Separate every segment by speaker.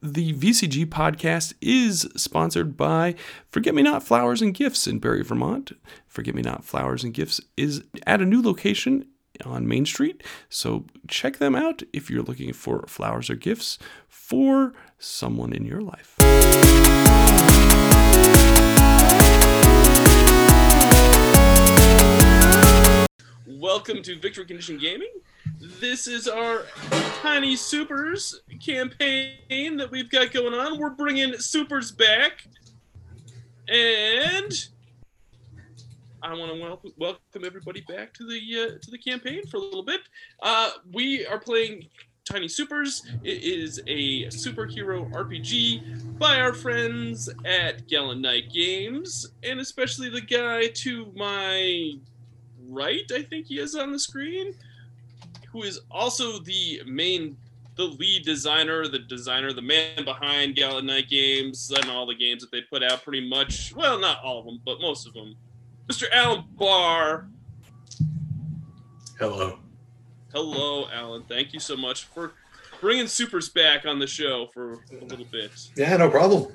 Speaker 1: The VCG podcast is sponsored by Forget Me Not Flowers and Gifts in Barry, Vermont. Forget Me Not Flowers and Gifts is at a new location on Main Street. So check them out if you're looking for flowers or gifts for someone in your life. Welcome to Victory Condition Gaming. This is our Tiny Supers campaign that we've got going on. We're bringing Supers back. And I want to welcome, welcome everybody back to the uh, to the campaign for a little bit. Uh, we are playing Tiny Supers. It is a superhero RPG by our friends at Gallon Night Games, and especially the guy to my right, I think he is on the screen, who is also the main, the lead designer, the designer, the man behind Gallon Night Games and all the games that they put out. Pretty much, well, not all of them, but most of them. Mr. Alan Barr.
Speaker 2: Hello.
Speaker 1: Hello, Alan. Thank you so much for bringing Supers back on the show for a little bit.
Speaker 2: Yeah, no problem.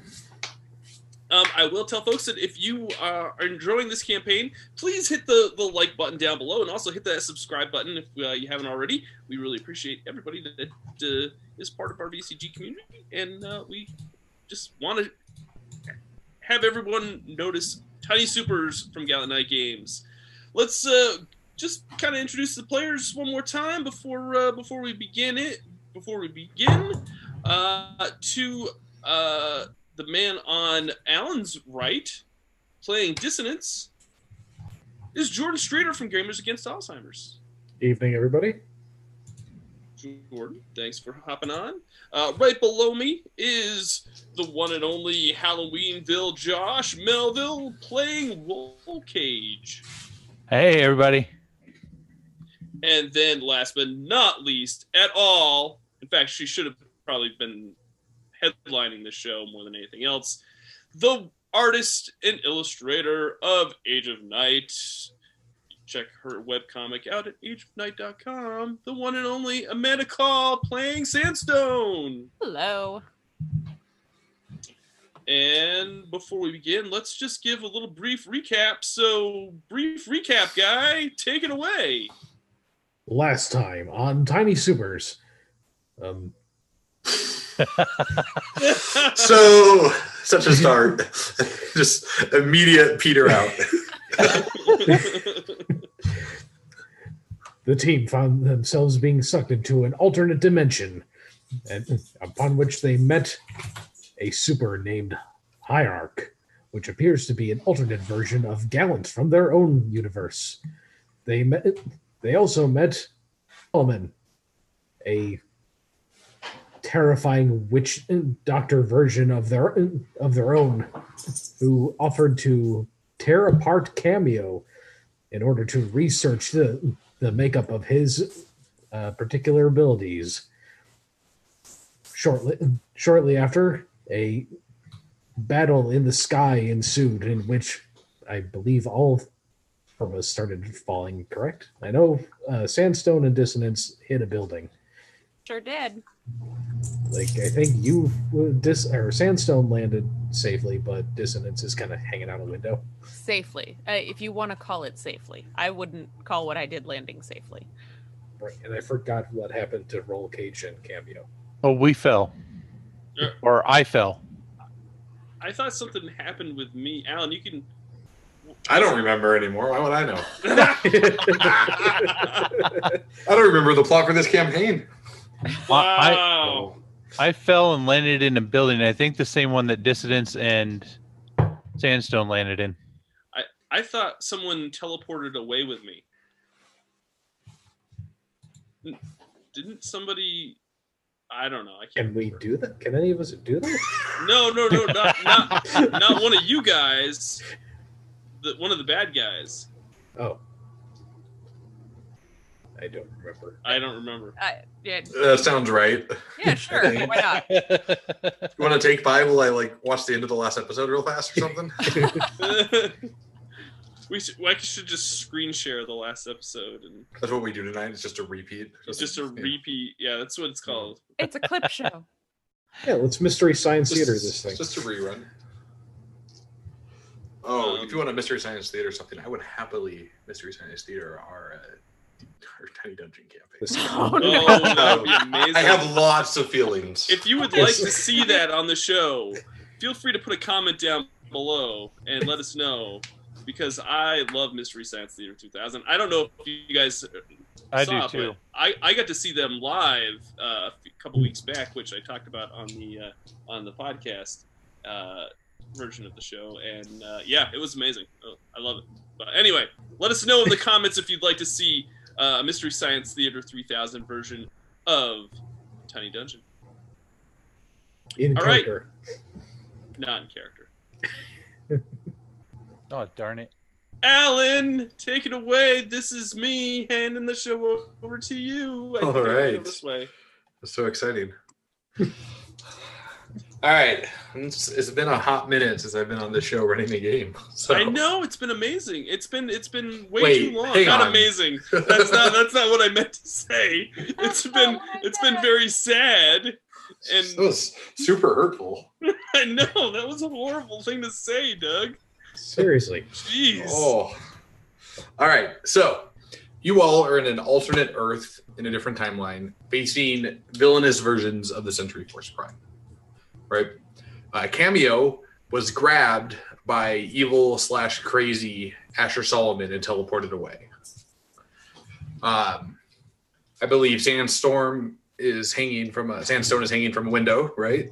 Speaker 1: Um, I will tell folks that if you uh, are enjoying this campaign, please hit the, the like button down below and also hit that subscribe button if uh, you haven't already. We really appreciate everybody that uh, is part of our VCG community, and uh, we just want to have everyone notice Tiny Supers from Gallant Night Games. Let's uh, just kind of introduce the players one more time before uh, before we begin it. Before we begin, uh, to uh, the man on Alan's right, playing Dissonance, is Jordan Streeter from Gamers Against Alzheimer's.
Speaker 3: Evening, everybody.
Speaker 1: Jordan, thanks for hopping on. Uh, right below me is the one and only Halloweenville Josh Melville playing Roll Cage.
Speaker 4: Hey, everybody.
Speaker 1: And then, last but not least, at all, in fact, she should have probably been headlining the show more than anything else, the artist and illustrator of Age of Night. Check her webcomic out at ageofnight.com. The one and only Amanda Call playing Sandstone.
Speaker 5: Hello.
Speaker 1: And before we begin, let's just give a little brief recap. So, brief recap, guy, take it away.
Speaker 3: Last time on Tiny Supers. Um,
Speaker 2: So, such a start. Just immediate Peter out.
Speaker 3: the team found themselves being sucked into an alternate dimension, and upon which they met a super named Hierarch, which appears to be an alternate version of Gallant from their own universe. They met. They also met Omen, a terrifying witch uh, doctor version of their uh, of their own, who offered to tear apart Cameo in order to research the the makeup of his uh, particular abilities. Shortly, shortly after, a battle in the sky ensued, in which I believe all from us started falling. Correct? I know uh, Sandstone and Dissonance hit a building.
Speaker 5: Sure did.
Speaker 3: Like I think you uh, dis or Sandstone landed safely, but Dissonance is kind of hanging out a window.
Speaker 5: Safely. Uh, if you want to call it safely. I wouldn't call what I did landing safely.
Speaker 3: Right, and I forgot what happened to Roll Cage and Cameo.
Speaker 4: Oh, we fell.
Speaker 1: Yeah.
Speaker 4: Or I fell.
Speaker 1: I thought something happened with me. Alan, you can.
Speaker 2: I don't remember anymore. Why would I know? I don't remember the plot for this campaign.
Speaker 4: I,
Speaker 1: Wow.
Speaker 4: I fell and landed in a building. I think the same one that Dissidents and Sandstone landed in.
Speaker 1: I thought someone teleported away with me. N- Didn't somebody? I don't know. I can't.
Speaker 3: Can we do that? Can any of us do that?
Speaker 1: No, no, no, not not, not one of you guys. The, one of the bad guys.
Speaker 3: Oh, I don't remember.
Speaker 1: I don't remember.
Speaker 5: Uh, yeah,
Speaker 2: That sounds right.
Speaker 5: yeah, sure.
Speaker 2: Okay.
Speaker 5: Why not?
Speaker 2: You want to take by while I like watch the end of the last episode real fast or something?
Speaker 1: we should, well, I should just screen share the last episode and
Speaker 2: That's what we do tonight. It's just a repeat.
Speaker 1: it's just a repeat. Yeah, that's what it's called.
Speaker 5: It's a clip show.
Speaker 3: Yeah, let's mystery science
Speaker 2: Just-
Speaker 3: theater this thing.
Speaker 2: Just a rerun. Oh,
Speaker 1: Um,
Speaker 2: if you want a mystery science theater or something, I would happily mystery science theater our, uh, our tiny dungeon campaign.
Speaker 3: This-
Speaker 5: Oh,
Speaker 1: Oh,
Speaker 5: no.
Speaker 1: that would be amazing.
Speaker 2: I have lots of feelings.
Speaker 1: If you would like
Speaker 3: Yes.
Speaker 1: to see that on the show, feel free to put a comment down below and let us know because I love Mystery Science Theater 2000. I don't know if you guys
Speaker 4: I
Speaker 1: saw,
Speaker 4: do
Speaker 1: it,
Speaker 4: too.
Speaker 1: but I, I got to see them live uh, a f- couple weeks back, which I talked about on the uh, on the podcast uh, version of the show, and uh, yeah, it was amazing. Oh, I love it. But anyway, let us know in the comments if you'd like to see uh, a Mystery Science Theater 3000 version of Tiny Dungeon.
Speaker 3: in
Speaker 1: All right.
Speaker 3: character.
Speaker 1: not in character.
Speaker 4: Oh darn it!
Speaker 1: Alan, take it away. This is me handing the show over to you. I
Speaker 2: All
Speaker 1: think I feel
Speaker 2: right.
Speaker 1: This way.
Speaker 2: That's so exciting. All right, it's, it's been a hot minute since I've been on this show running the game. So.
Speaker 1: I know it's been amazing. It's been it's been way
Speaker 2: Wait,
Speaker 1: too long.
Speaker 2: hang
Speaker 1: Not
Speaker 2: on.
Speaker 1: amazing. That's not that's not what I meant to say. It's been it's been very sad. and-
Speaker 2: that was super hurtful.
Speaker 1: I know that was a horrible thing to say, Doug.
Speaker 3: Seriously.
Speaker 1: Jeez.
Speaker 2: Oh. All right. So you all are in an alternate Earth in a different timeline, facing villainous versions of the Century Force Prime. Right? Uh, Cameo was grabbed by evil slash crazy Asher Solomon and teleported away. Um, I believe Sandstorm is hanging from a sandstone is hanging from a window, right?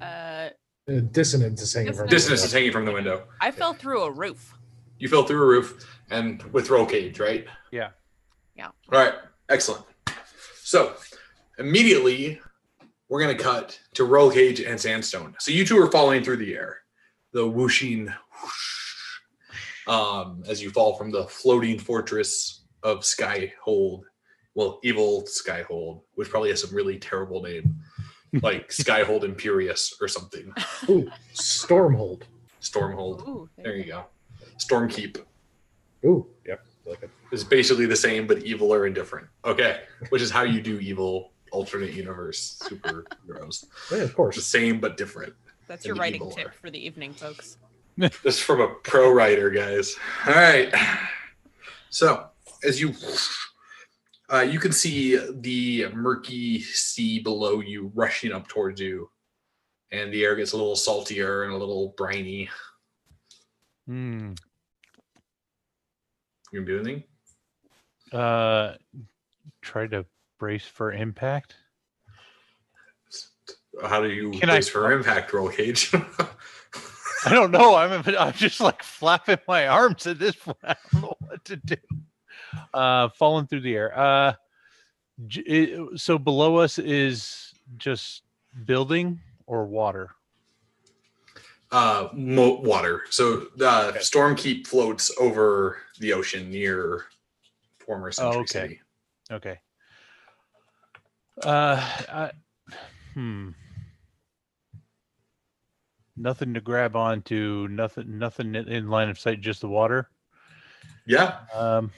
Speaker 5: Uh,
Speaker 3: Uh, dissonance is hanging from the
Speaker 2: Dissonance
Speaker 3: window.
Speaker 2: is hanging from the window.
Speaker 5: I fell through a roof.
Speaker 2: You fell through a roof and with roll cage, right?
Speaker 4: Yeah.
Speaker 5: Yeah.
Speaker 2: All right. Excellent. So immediately we're gonna cut to roll cage and sandstone. So you two are falling through the air, the whooshing, whoosh, um, as you fall from the floating fortress of Skyhold. Well, evil Skyhold, which probably has some really terrible name, like Skyhold Imperious or something.
Speaker 3: Ooh, Stormhold.
Speaker 2: Stormhold.
Speaker 5: Ooh,
Speaker 2: There you go. Stormkeep.
Speaker 3: Ooh, yep. Like a-
Speaker 2: is basically the same but evil or indifferent. Okay, which is how you do evil alternate universe superheroes.
Speaker 3: yeah, of
Speaker 2: It's the
Speaker 3: course.
Speaker 2: same but different.
Speaker 5: That's your
Speaker 2: And
Speaker 5: writing
Speaker 2: evil
Speaker 5: tip
Speaker 2: are.
Speaker 5: for the evening, folks.
Speaker 2: This is from a pro writer, guys. All right. So as you uh, you can see the murky sea below you rushing up towards you, and the air gets a little saltier and a little briny.
Speaker 4: Hmm.
Speaker 2: You gonna do anything?
Speaker 4: Uh, try to brace for impact.
Speaker 2: How do you
Speaker 4: Can I-
Speaker 2: place for impact roll cage?
Speaker 4: I don't know. I'm I'm just like flapping my arms at this point. I don't know what to do. Uh, falling through the air. Uh, j- it- so below us is just building or water.
Speaker 2: uh mo- water so uh
Speaker 4: Okay.
Speaker 2: stormkeep floats over the ocean near former century
Speaker 4: Oh, okay.
Speaker 2: city
Speaker 4: Okay. Uh, I, hmm. Nothing to grab onto. Nothing. Nothing in- in line of sight. Just the water.
Speaker 2: yeah
Speaker 4: Um.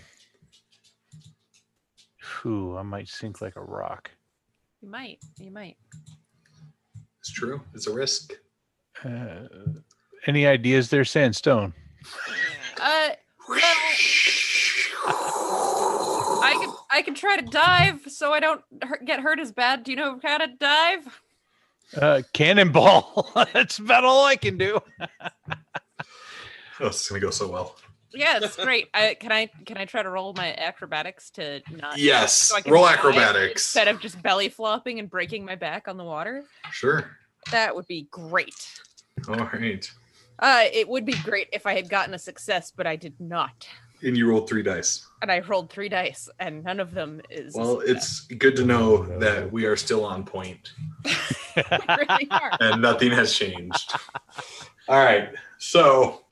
Speaker 4: Whew, I might sink like a rock.
Speaker 5: You might. You might.
Speaker 2: it's true it's a risk
Speaker 4: Uh, any ideas there, Sandstone?
Speaker 5: Uh, I could. I could try to dive so I don't hurt, get hurt as bad. Do you know how to dive?
Speaker 4: Uh, cannonball. That's about all I can do.
Speaker 2: oh it's gonna go so well
Speaker 5: Yeah, it's great. I, can I? Can I try to roll my acrobatics to not?
Speaker 2: yes
Speaker 5: Uh, so I can
Speaker 2: roll
Speaker 5: dive
Speaker 2: acrobatics
Speaker 5: Instead of just belly flopping and breaking my back on the water,
Speaker 2: sure
Speaker 5: that would be great.
Speaker 2: all right
Speaker 5: Uh, it would be great if I had gotten a success, but I did not.
Speaker 2: and you rolled three dice
Speaker 5: And I rolled three dice, and none of them is. a
Speaker 2: well
Speaker 5: success.
Speaker 2: it's good to know
Speaker 4: Uh,
Speaker 2: that we are still on point
Speaker 5: We really are.
Speaker 2: and nothing has changed. All right. So,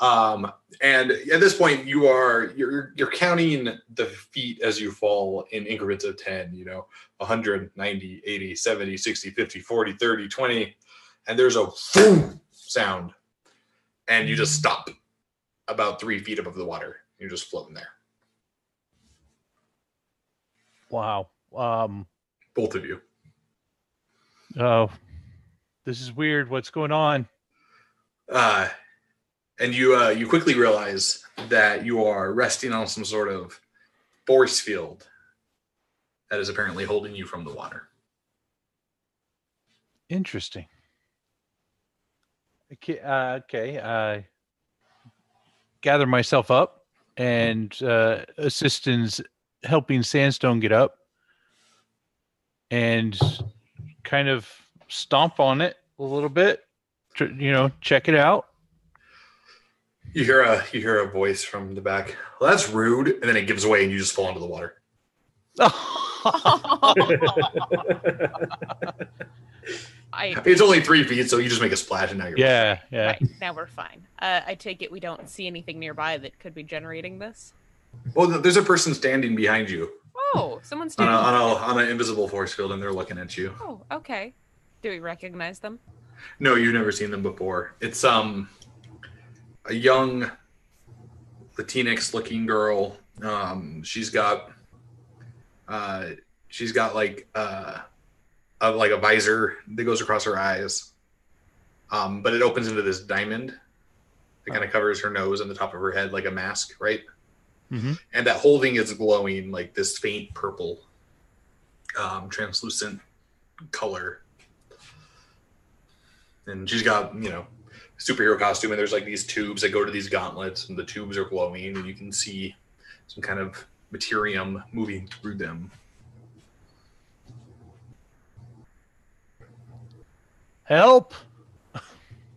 Speaker 2: um, and at this point, you are you're you're counting the feet as you fall in increments of 10, you know, 100, 90, 80, 70, 60, 50, 40, 30, 20, and there's a boom sound, and you just stop about three feet above the water. You're just floating there,
Speaker 4: wow. Um.
Speaker 2: both of you.
Speaker 4: Oh, this is weird. What's going on?
Speaker 2: uh, and you uh, you quickly realize that you are resting on some sort of force field that is apparently holding you from the water.
Speaker 4: Interesting. Okay. Uh, okay. I gather myself up and uh, assist in s- helping Sandstone get up and kind of stomp on it a little bit, tr- you know, check it out.
Speaker 2: You hear a you hear a voice from the back. Well, that's rude, and then it gives way, and you just fall into the water.
Speaker 5: I
Speaker 2: It's only three feet, so you just make a splash, and now you're
Speaker 4: yeah. Yeah.
Speaker 5: right, now we're fine. Uh, I take it we don't see anything nearby that could be generating this.
Speaker 2: Well, th- there's a person standing behind you
Speaker 5: Oh, someone's
Speaker 2: on
Speaker 5: doing.
Speaker 2: a, on a on an invisible force field, and they're looking at you.
Speaker 5: Oh, okay. Do we recognize them?
Speaker 2: No, you've never seen them before. It's um a young Latinx looking girl. Um she's got uh she's got like uh a, like a visor that goes across her eyes. Um but it opens into this diamond that kind of covers her nose and the top of her head like a mask, right?
Speaker 4: Mhm.
Speaker 2: And that holding is glowing like this faint purple um translucent color and she's got you know superhero costume and there's like these tubes that go to these gauntlets and the tubes are glowing and you can see some kind of materium moving through them
Speaker 4: Help.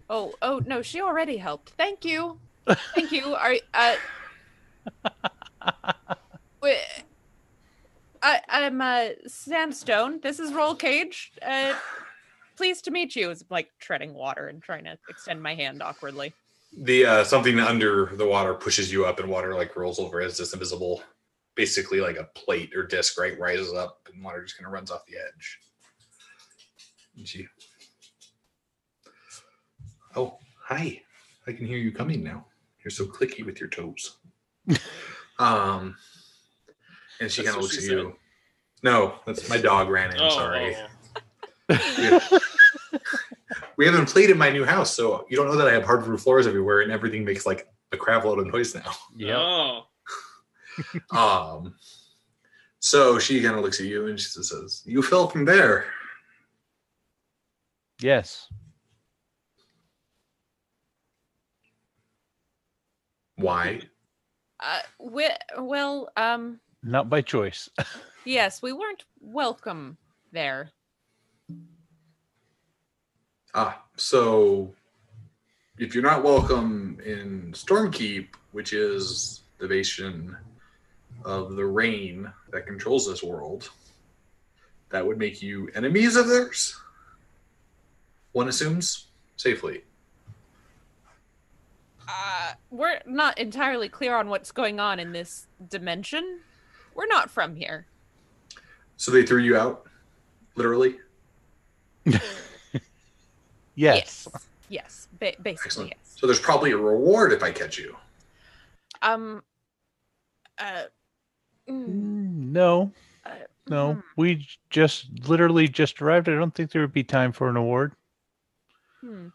Speaker 5: Oh, oh no, she already helped. Thank you. Thank you. Are uh Wait. I I'm uh Sandstone. This is Roll Cage. Uh pleased to meet you. It's like treading water and trying to extend my hand awkwardly.
Speaker 2: the uh something under the water pushes you up and water like rolls over as this invisible basically like a plate or disc right rises up and water just kind of runs off the edge and she oh hi i can hear you coming now you're so clicky with your toes um and she
Speaker 1: That's
Speaker 2: kind of
Speaker 1: what
Speaker 2: looks
Speaker 1: she
Speaker 2: at
Speaker 1: said.
Speaker 2: you no that's my dog ran in
Speaker 1: Oh,
Speaker 2: sorry
Speaker 1: oh,
Speaker 2: we haven't played in my new house so you don't know that i have hardwood floors everywhere and everything makes like a crap load of noise now
Speaker 1: oh.
Speaker 2: Um, so she kind of looks at you and she says, "You fell from there.
Speaker 4: Yes.
Speaker 2: Why?
Speaker 5: Uh we- well, um
Speaker 4: Not by choice.
Speaker 5: yes, we weren't welcome there.
Speaker 2: Ah, so if you're not welcome in Stormkeep, which is the bastion of the rain that controls this world, that would make you enemies of theirs. One assumes safely.
Speaker 5: Uh we're not entirely clear on what's going on in this dimension. We're not from here.
Speaker 2: So they threw you out, literally.
Speaker 4: Yes.
Speaker 5: Yes. Yes, ba- basically
Speaker 2: Excellent.
Speaker 5: yes.
Speaker 2: So there's probably a reward if I catch you.
Speaker 5: Um. Uh. mm,
Speaker 4: Mm, No.
Speaker 5: uh,
Speaker 4: No,
Speaker 5: hmm,
Speaker 4: we j- just literally just arrived. I don't think there would be time for an award.
Speaker 5: hmm.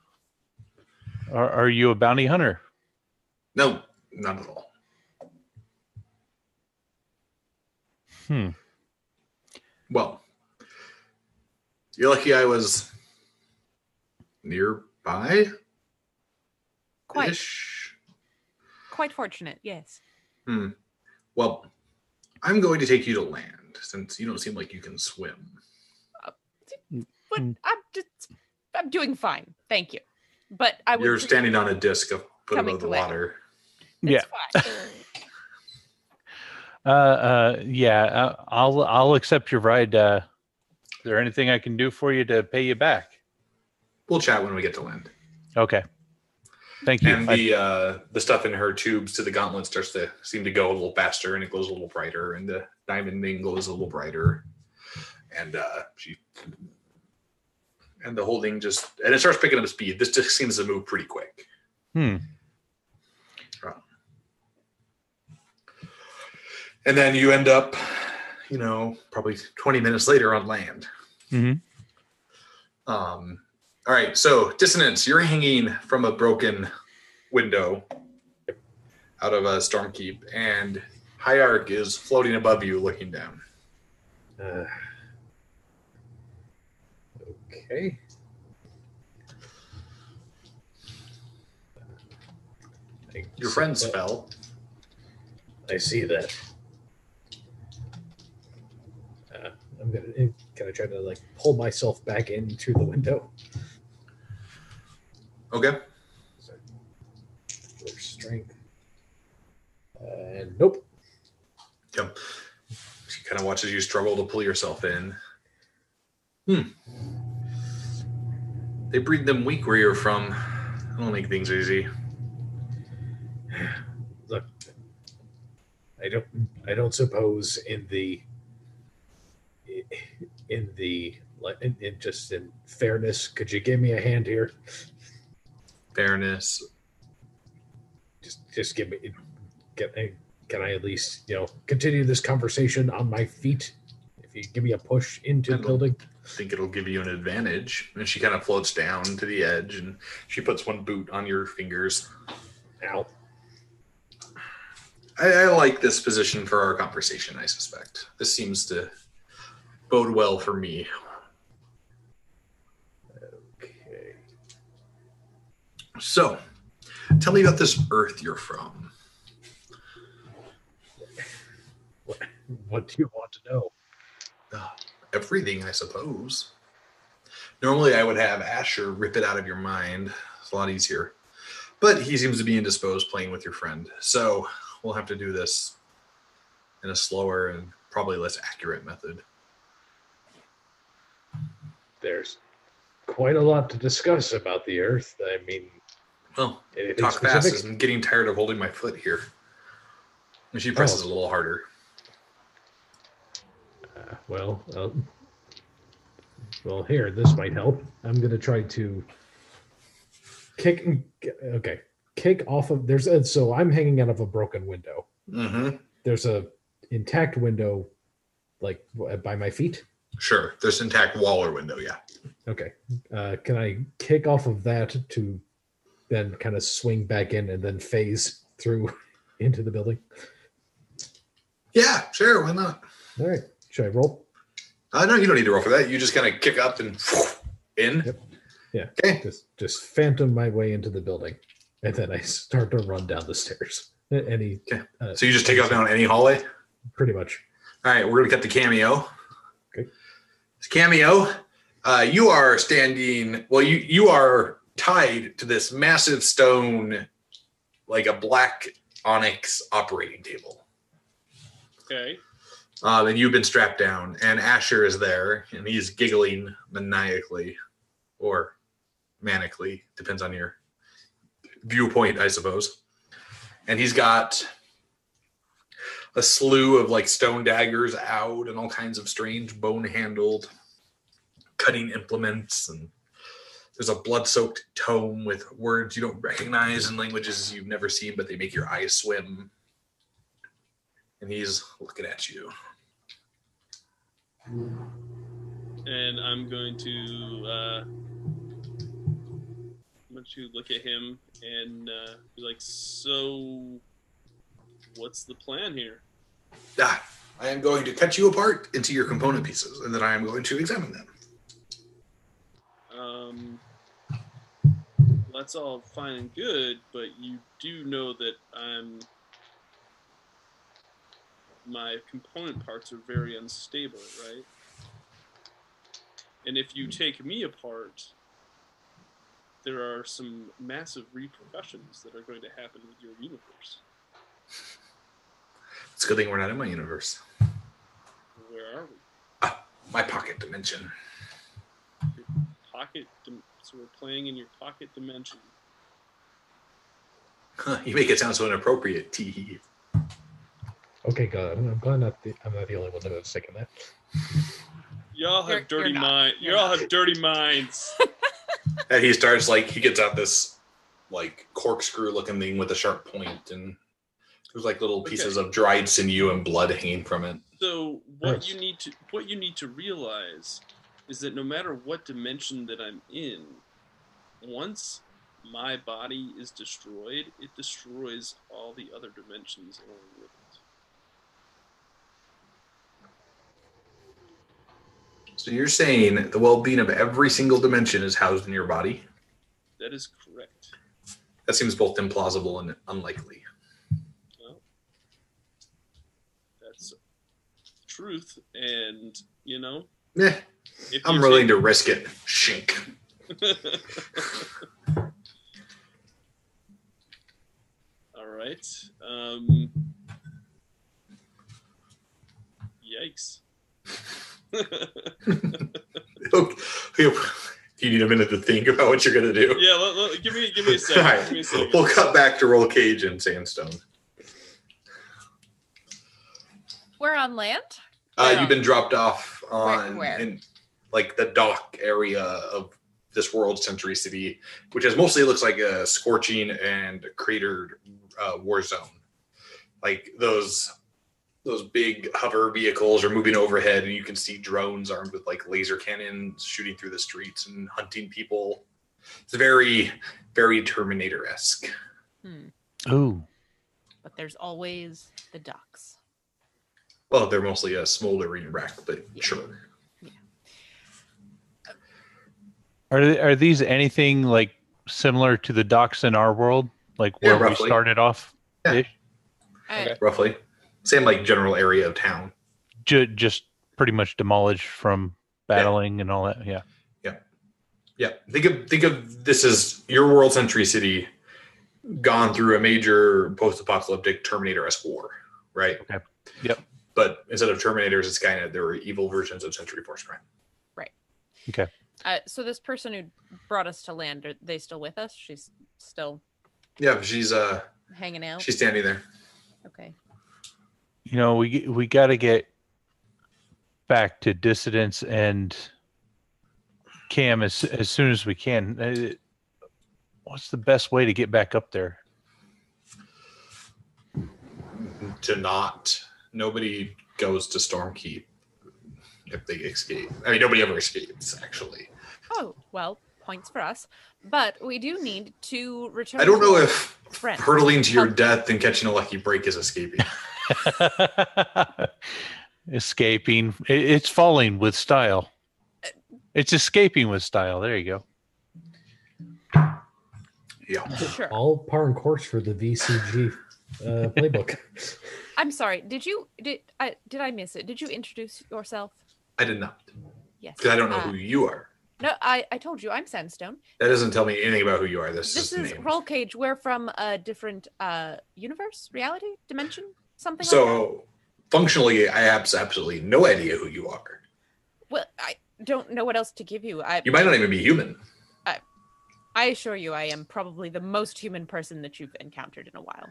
Speaker 4: Are, are you a bounty hunter?
Speaker 2: No, not at all.
Speaker 4: Hmm.
Speaker 2: Well, you're lucky I was nearby.
Speaker 5: Quite, quite fortunate. Yes.
Speaker 2: Hmm. Well, I'm going to take you to land since you don't seem like you can swim.
Speaker 5: But
Speaker 4: Mm.
Speaker 5: I'm just, I'm doing fine. Thank you. But I would.
Speaker 2: You're
Speaker 5: pre-
Speaker 2: standing on a disc of foot
Speaker 5: Coming
Speaker 2: above the
Speaker 5: to land.
Speaker 2: water.
Speaker 4: Yeah.
Speaker 5: it's fine.
Speaker 4: Uh, uh, yeah. Uh, I'll I'll accept your ride. Uh, is there anything I can do for you to pay you back?
Speaker 2: We'll chat when we get to land.
Speaker 4: Okay. Thank you.
Speaker 2: And
Speaker 4: I-
Speaker 2: the uh, the stuff in her tubes to the gauntlet starts to seem to go a little faster, and it glows a little brighter, and the diamond thing glows a little brighter, and uh, she and the holding just and it starts picking up speed. This just seems to move pretty quick.
Speaker 4: hmm.
Speaker 2: And then you end
Speaker 4: Mm-hmm.
Speaker 2: up, you know, probably 20 minutes later on land.
Speaker 4: Mhm.
Speaker 2: Um, all right, so dissonance, you're hanging from a broken window out of a storm keep, and Hierarch is floating above you, looking down.
Speaker 3: Uh, okay. I
Speaker 2: Your
Speaker 3: see
Speaker 2: friends
Speaker 3: that.
Speaker 2: fell.
Speaker 3: I see that. Uh, I'm gonna eh, can I try to like pull myself back in through the window?
Speaker 2: Okay.
Speaker 3: There's strength. And nope.
Speaker 2: She kind of watches you struggle to pull yourself in. Hmm. They breed them weak where you're from. I don't make things easy.
Speaker 3: Look, I don't. I don't suppose in the in the like in, in just in fairness, could you give me a hand here?
Speaker 2: Fairness.
Speaker 3: Just just give me. Get can I at least you know continue this conversation on my feet? If you give me a push into the
Speaker 2: I'd love-
Speaker 3: building.
Speaker 2: I think it'll give you an advantage. And she kind of floats down to the edge and she puts one boot on your fingers.
Speaker 3: Ow.
Speaker 2: I, I like this position for our conversation, I suspect. This seems to bode well for me.
Speaker 3: Okay.
Speaker 2: So, tell me about this earth you're from.
Speaker 3: What, what do you want to know?
Speaker 2: everything, I suppose. Normally, I would have Asher rip it out of your mind. It's a lot easier. But he seems to be indisposed playing with your friend. So we'll have to do this in a slower and probably less accurate method.
Speaker 3: There's quite a lot to discuss about the Earth. I mean,
Speaker 2: Well,
Speaker 3: anything
Speaker 2: talk fast
Speaker 3: specific?
Speaker 2: as I'm getting tired of holding my foot here. And she presses a little harder.
Speaker 3: Uh, well, uh, well, here this might help. I'm gonna try to kick. Okay, kick off of there's. A, so I'm hanging out of a broken window.
Speaker 2: Mm-hmm.
Speaker 3: There's a intact window, like w- by my feet.
Speaker 2: Sure. There's intact wall or window, yeah.
Speaker 3: Okay, uh, can I kick off of that to then kind of swing back in and then phase through into the building?
Speaker 2: Yeah, sure, why not?
Speaker 3: All right, should I roll?
Speaker 2: Uh, no, you don't need to roll for that. You just kind of kick up and in.
Speaker 3: Yep. Yeah.
Speaker 2: Okay.
Speaker 3: just just phantom my way into the building and then i start to run down the stairs any
Speaker 2: Okay.
Speaker 3: uh,
Speaker 2: So you just take off down any hallway?
Speaker 3: pretty much
Speaker 2: All right, we're gonna cut the cameo.
Speaker 3: Okay.
Speaker 2: This cameo, uh, you are standing. Well, you you are tied to this massive stone, like a black onyx operating table,
Speaker 1: Okay.
Speaker 2: um, and you've been strapped down. And Asher is there, and he's giggling maniacally, or manically, depends on your viewpoint, I suppose. And he's got a slew of like stone daggers out and all kinds of strange bone handled cutting implements and there's a blood soaked tome with words you don't recognize and languages you've never seen but they make your eyes swim and he's looking at you
Speaker 1: And I'm going to uh, I'm going to look at him and uh, be like, so what's the plan here?
Speaker 2: ah, i am going to cut you apart into your component pieces and then i am going to examine them
Speaker 1: Um, well, that's all fine and good, but you do know that I'm. My component parts are very unstable, right? And if
Speaker 6: Hmm.
Speaker 1: you take me apart, there are some massive repercussions that are going to happen with your universe.
Speaker 2: it's a good thing we're not in my universe
Speaker 1: Where are we?
Speaker 2: my pocket dimension
Speaker 1: Pocket. Dim- so we're playing in your pocket dimension.
Speaker 2: you make it sound so inappropriate tee hee.
Speaker 3: okay good i'm glad not the, i'm not the only one that was thinking that
Speaker 1: Y'all
Speaker 6: You're-
Speaker 1: have
Speaker 6: you're
Speaker 1: dirty
Speaker 6: not.
Speaker 1: mind.
Speaker 6: You're
Speaker 1: Y'all
Speaker 6: not.
Speaker 1: have dirty minds.
Speaker 2: and he starts like he gets out this like corkscrew looking thing with a sharp point and there's like little pieces of dried sinew and blood hanging from it
Speaker 1: So what
Speaker 3: Yes.
Speaker 1: you need to what you need to realize is that no matter what dimension that I'm in, once my body is destroyed, it destroys all the other dimensions along with it.
Speaker 2: So you're saying the well-being of every single dimension is housed in your body?
Speaker 1: That is correct.
Speaker 2: That seems both implausible and unlikely.
Speaker 1: That's truth, and you know,
Speaker 2: Eh,
Speaker 1: if
Speaker 2: I'm
Speaker 1: you
Speaker 2: willing to risk it. Shink.
Speaker 1: take- all right. Um, yikes.
Speaker 2: Okay. Do you need a minute to think about what you're gonna do?
Speaker 1: Yeah, let, let- give me give me a second.
Speaker 2: All right.
Speaker 1: Give me a second.
Speaker 2: We'll cut back to roll cage and sandstone.
Speaker 5: We're on land.
Speaker 2: Uh,
Speaker 5: Yeah.
Speaker 2: You've been dropped off on
Speaker 5: where?
Speaker 2: in like the dock area of this world, Century City, which is mostly looks like a scorching and cratered uh, war zone. Like those those big hover vehicles are moving overhead, and you can see drones armed with like laser cannons shooting through the streets and hunting people. It's very very Terminator esque.
Speaker 5: Hmm.
Speaker 4: Ooh.
Speaker 5: But there's always the docks.
Speaker 2: Well, they're mostly a smoldering wreck, but
Speaker 5: Yeah.
Speaker 2: sure.
Speaker 4: Are th- are these anything like similar to the docks in our world? Like
Speaker 2: Yeah,
Speaker 4: where we
Speaker 2: roughly.
Speaker 4: started off?
Speaker 2: Yeah.
Speaker 4: ish?
Speaker 5: I-
Speaker 1: Okay.
Speaker 2: Roughly same like general area of town.
Speaker 4: Ju- just pretty much demolished from
Speaker 2: Yeah.
Speaker 4: battling and all that. Yeah.
Speaker 2: Yeah, think of think of this as your world century city gone through a major post-apocalyptic Terminator-esque war, right?
Speaker 4: Okay. Yep.
Speaker 2: But instead of Terminators, it's kind of there were evil versions of Century Force crime.
Speaker 5: Uh, so this person who brought us to land, are they still with us? She's still
Speaker 2: Yeah, she's uh
Speaker 5: hanging out.
Speaker 2: she's standing there.
Speaker 5: okay.
Speaker 4: You know, we g- we got to get back to dissidents and Cam as as soon as we can. Uh, What's the best way to get back up there?
Speaker 2: To not nobody goes to Stormkeep if they escape. I mean, nobody ever escapes actually.
Speaker 5: Oh well, points for us. But we do need to return.
Speaker 2: I don't know
Speaker 5: to
Speaker 2: if
Speaker 5: our friend.
Speaker 2: hurtling to your
Speaker 5: Um,
Speaker 2: death and catching a lucky break is escaping.
Speaker 4: escaping. I- It's falling with style. It's escaping with style. There you go.
Speaker 2: yeah.
Speaker 5: Sure.
Speaker 3: All par and course for the VCG uh, playbook.
Speaker 5: I'm sorry. Did you did I did I miss it? Did you introduce yourself?
Speaker 2: I did not.
Speaker 5: Yes.
Speaker 2: Because I don't know
Speaker 5: Uh,
Speaker 2: who you are.
Speaker 5: No, I I told you I'm Sandstone.
Speaker 2: That doesn't tell me anything about who you are. This,
Speaker 5: This
Speaker 2: is
Speaker 5: is
Speaker 2: name.
Speaker 5: Roll Cage. We're from a different uh universe, reality, dimension, something. like
Speaker 2: So functionally, I have absolutely no idea who you are.
Speaker 5: that. well, I don't know what else to give you. I
Speaker 2: You might not even be human.
Speaker 5: I assure you, I am probably the most human person that you've encountered in a while,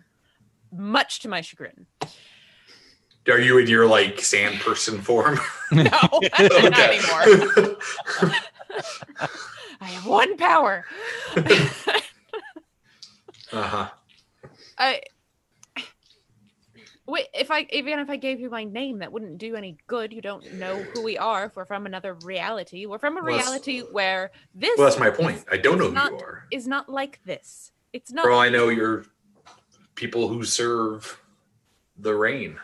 Speaker 5: much to my chagrin.
Speaker 2: Are you in your like sand person form?
Speaker 5: No, not anymore. I have one power.
Speaker 2: uh huh.
Speaker 5: I wait. If I even if I gave you my name, that wouldn't do any good. You don't know who we are. If we're from another reality, we're from a
Speaker 2: Well, that's-
Speaker 5: reality where this
Speaker 2: Well, that's my point. I don't know who
Speaker 5: Not-
Speaker 2: you are.
Speaker 5: is not like this. It's not.
Speaker 2: For all I know, you're people who serve the rain.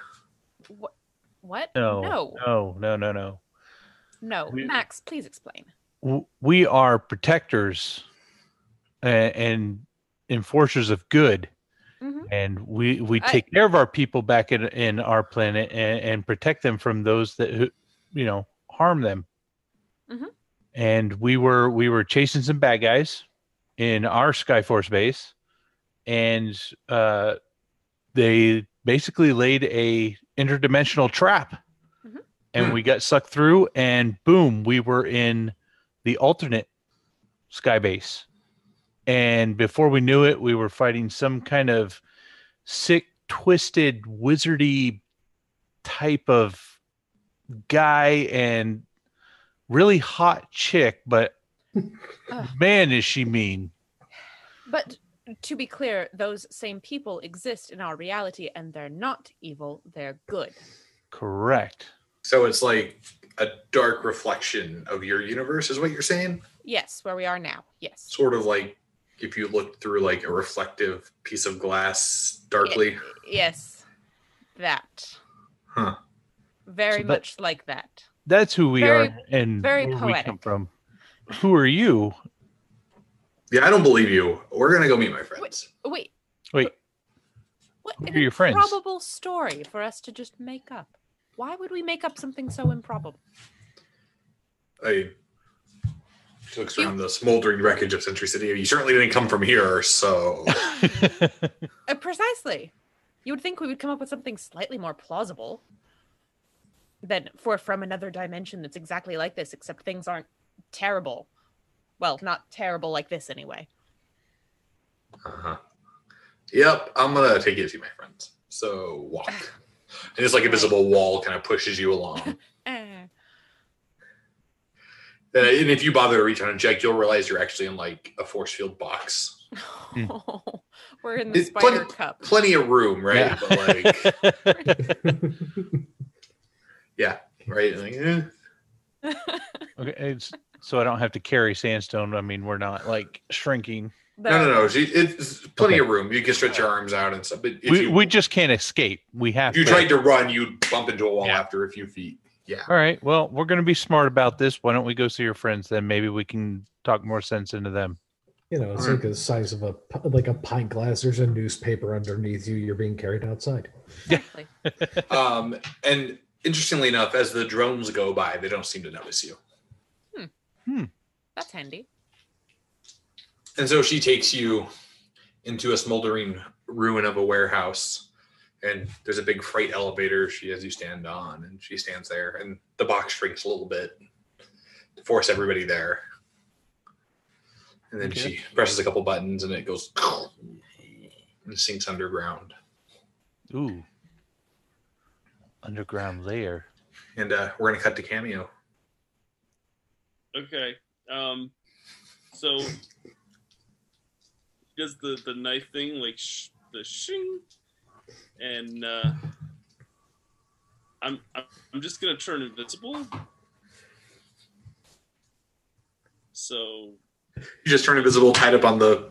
Speaker 5: What? What?
Speaker 4: No,
Speaker 5: No.
Speaker 4: no, no, no, no.
Speaker 5: No.
Speaker 4: We-
Speaker 5: Max, please explain.
Speaker 4: w- we are protectors and, and enforcers of good
Speaker 5: Mhm.
Speaker 4: and we we
Speaker 5: I-
Speaker 4: take care of our people back in, in our planet and, and protect them from those that who, you know harm them
Speaker 5: Mhm.
Speaker 4: and we were we were chasing some bad guys in our skyforce base and uh they basically laid a interdimensional trap
Speaker 5: Mhm.
Speaker 4: and
Speaker 2: Hmm.
Speaker 4: we got sucked through and boom we were in the alternate sky base and before we knew it we were fighting some kind of sick twisted wizardy type of guy and really hot chick but
Speaker 5: Ugh.
Speaker 4: man is she mean
Speaker 5: But to be clear, those same people exist in our reality, and they're not evil. They're good.
Speaker 4: correct
Speaker 2: So it's like a dark reflection of your universe, is what you're saying?
Speaker 6: Yes, where we are now. Yes.
Speaker 2: Sort of like if you looked through like a reflective piece of glass darkly.
Speaker 6: Yes. That.
Speaker 2: Huh.
Speaker 6: Very
Speaker 4: So that-
Speaker 6: much like that.
Speaker 4: That's who we
Speaker 6: Very-
Speaker 4: are and
Speaker 6: very
Speaker 4: where we
Speaker 6: poetic.
Speaker 4: come from. Who are you?
Speaker 2: Yeah, I don't believe you. We're gonna go meet my friends.
Speaker 6: Wait.
Speaker 4: Wait.
Speaker 6: What
Speaker 4: Who
Speaker 6: an
Speaker 4: are your friends?
Speaker 6: improbable story for us to just make up. Why would we make up something so improbable?
Speaker 2: I she looks around the smoldering wreckage of Century City. You certainly didn't come from here, so
Speaker 6: Uh, precisely. You would think we would come up with something slightly more plausible than for from another dimension that's exactly like this, except things aren't terrible. Well, not terrible like this anyway.
Speaker 2: uh-huh. Yep, I'm gonna take you to see my friends. So walk. And this like invisible wall kind of pushes you along. and,
Speaker 6: Eh.
Speaker 2: Uh, and if you bother to reach out and check, you'll realize you're actually in like a force field box.
Speaker 4: Hmm.
Speaker 6: We're in the
Speaker 2: It's
Speaker 6: spider
Speaker 2: plenty-
Speaker 6: cup.
Speaker 2: Plenty of room, right?
Speaker 4: Yeah.
Speaker 2: But like right? Like, eh.
Speaker 4: okay, it's, so I don't have to carry sandstone. I mean, we're not like shrinking.
Speaker 2: No, no,
Speaker 6: There.
Speaker 2: no. She- It's plenty
Speaker 4: Okay.
Speaker 2: of room. You can stretch your arms out and stuff. But if
Speaker 4: We,
Speaker 2: you,
Speaker 4: we just can't escape. We have
Speaker 2: if you
Speaker 4: to.
Speaker 2: tried to run, you'd bump into a wall
Speaker 4: Yeah.
Speaker 2: after a few feet. Yeah.
Speaker 4: All right. Well, we're going to be smart about this. Why don't we go see your friends then? Maybe we can talk more sense into them.
Speaker 3: You know, it's like the size of a p- like a pint glass. There's a newspaper underneath you. You're being carried outside.
Speaker 6: Exactly.
Speaker 2: Um, and interestingly enough, as the drones go by, they don't seem to notice you.
Speaker 6: That's handy.
Speaker 2: And so she takes you into a smoldering ruin of a warehouse. And there's a big freight elevator she has you stand on. And she stands there. And the box shrinks a little bit to force everybody there. And then
Speaker 4: Okay.
Speaker 2: she presses a couple buttons and it goes and sinks underground.
Speaker 4: Ooh. Underground layer.
Speaker 2: And uh, we're going to cut to Cameo.
Speaker 1: Okay. Um. So does the the knife thing like sh- the shing, and uh, I'm I'm- I'm just gonna turn invincible. So
Speaker 2: You just turn invisible, tied up on the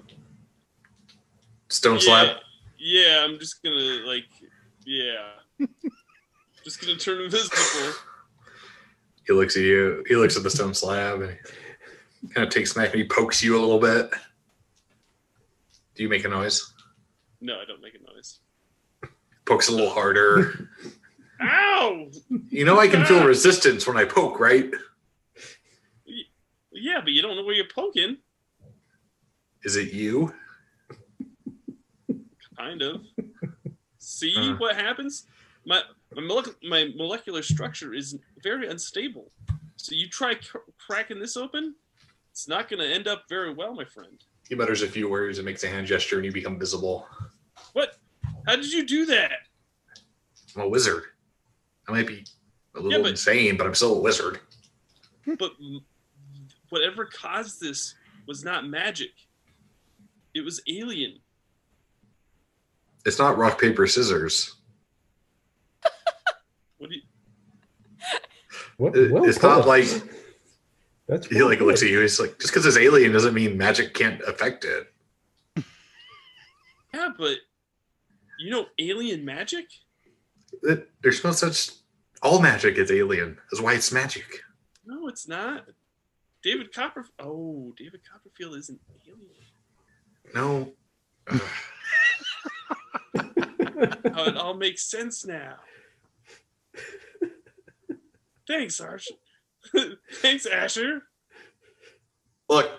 Speaker 2: stone slab.
Speaker 1: Yeah, yeah, I'm just gonna like yeah, just gonna turn invisible.
Speaker 2: He looks at you. He looks at the stone slab and kind of takes a knife and he pokes you a little bit. Do you make a noise?
Speaker 1: No, I don't make a noise.
Speaker 2: Pokes a little harder.
Speaker 1: Ow!
Speaker 2: You know I can feel resistance when I poke, right?
Speaker 1: Yeah, but you don't know where you're poking.
Speaker 2: Is it you?
Speaker 1: Kind of. See
Speaker 2: Uh.
Speaker 1: what happens? My my, molec- my molecular structure is very unstable. So you try cr- cracking this open, it's not going to end up very well, my friend.
Speaker 2: He mutters a few words and makes a hand gesture and you become visible.
Speaker 1: What? How did you do that?
Speaker 2: I'm a wizard. I might be a little
Speaker 1: Yeah, but-
Speaker 2: insane, but I'm still a wizard.
Speaker 1: But m- whatever caused this was not magic. It was alien.
Speaker 2: It's not rock, paper, scissors.
Speaker 1: What do you?
Speaker 3: What?
Speaker 2: It-
Speaker 3: well
Speaker 2: it's not
Speaker 3: put.
Speaker 2: like
Speaker 3: that's
Speaker 2: he
Speaker 3: well
Speaker 2: like looks
Speaker 3: put.
Speaker 2: at you. He's like, just because it's alien doesn't mean magic can't affect it.
Speaker 1: Yeah, but you know alien magic?
Speaker 2: It- There's no such. All magic is alien. That's why it's magic.
Speaker 1: No, it's not. David Copper. Oh, David Copperfield is an alien.
Speaker 2: No. Ugh.
Speaker 1: how it all makes sense now. Thanks, Arsh. Thanks, Asher.
Speaker 2: Look,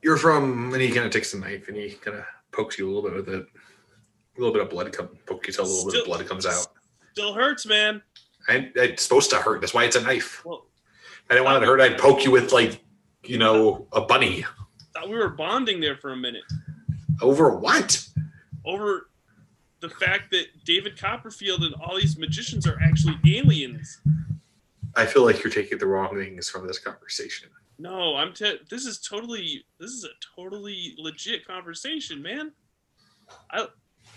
Speaker 2: you're from, and he kind of takes the knife and he kind of pokes you a little bit with it. A little bit of blood comes, poke you till a little bit
Speaker 1: Still-
Speaker 2: of blood comes out.
Speaker 1: Still hurts, man.
Speaker 2: I, it's supposed to hurt. That's why it's a knife.
Speaker 1: Well,
Speaker 2: I didn't want it to hurt. I'd poke you with like, you know, a bunny.
Speaker 1: thought we were bonding there for a minute
Speaker 2: Over what?
Speaker 1: over the fact that David Copperfield and all these magicians are actually aliens.
Speaker 2: I feel like you're taking the wrong things from this conversation.
Speaker 1: No, I'm. Te- this is totally. This is a totally legit conversation, man. I,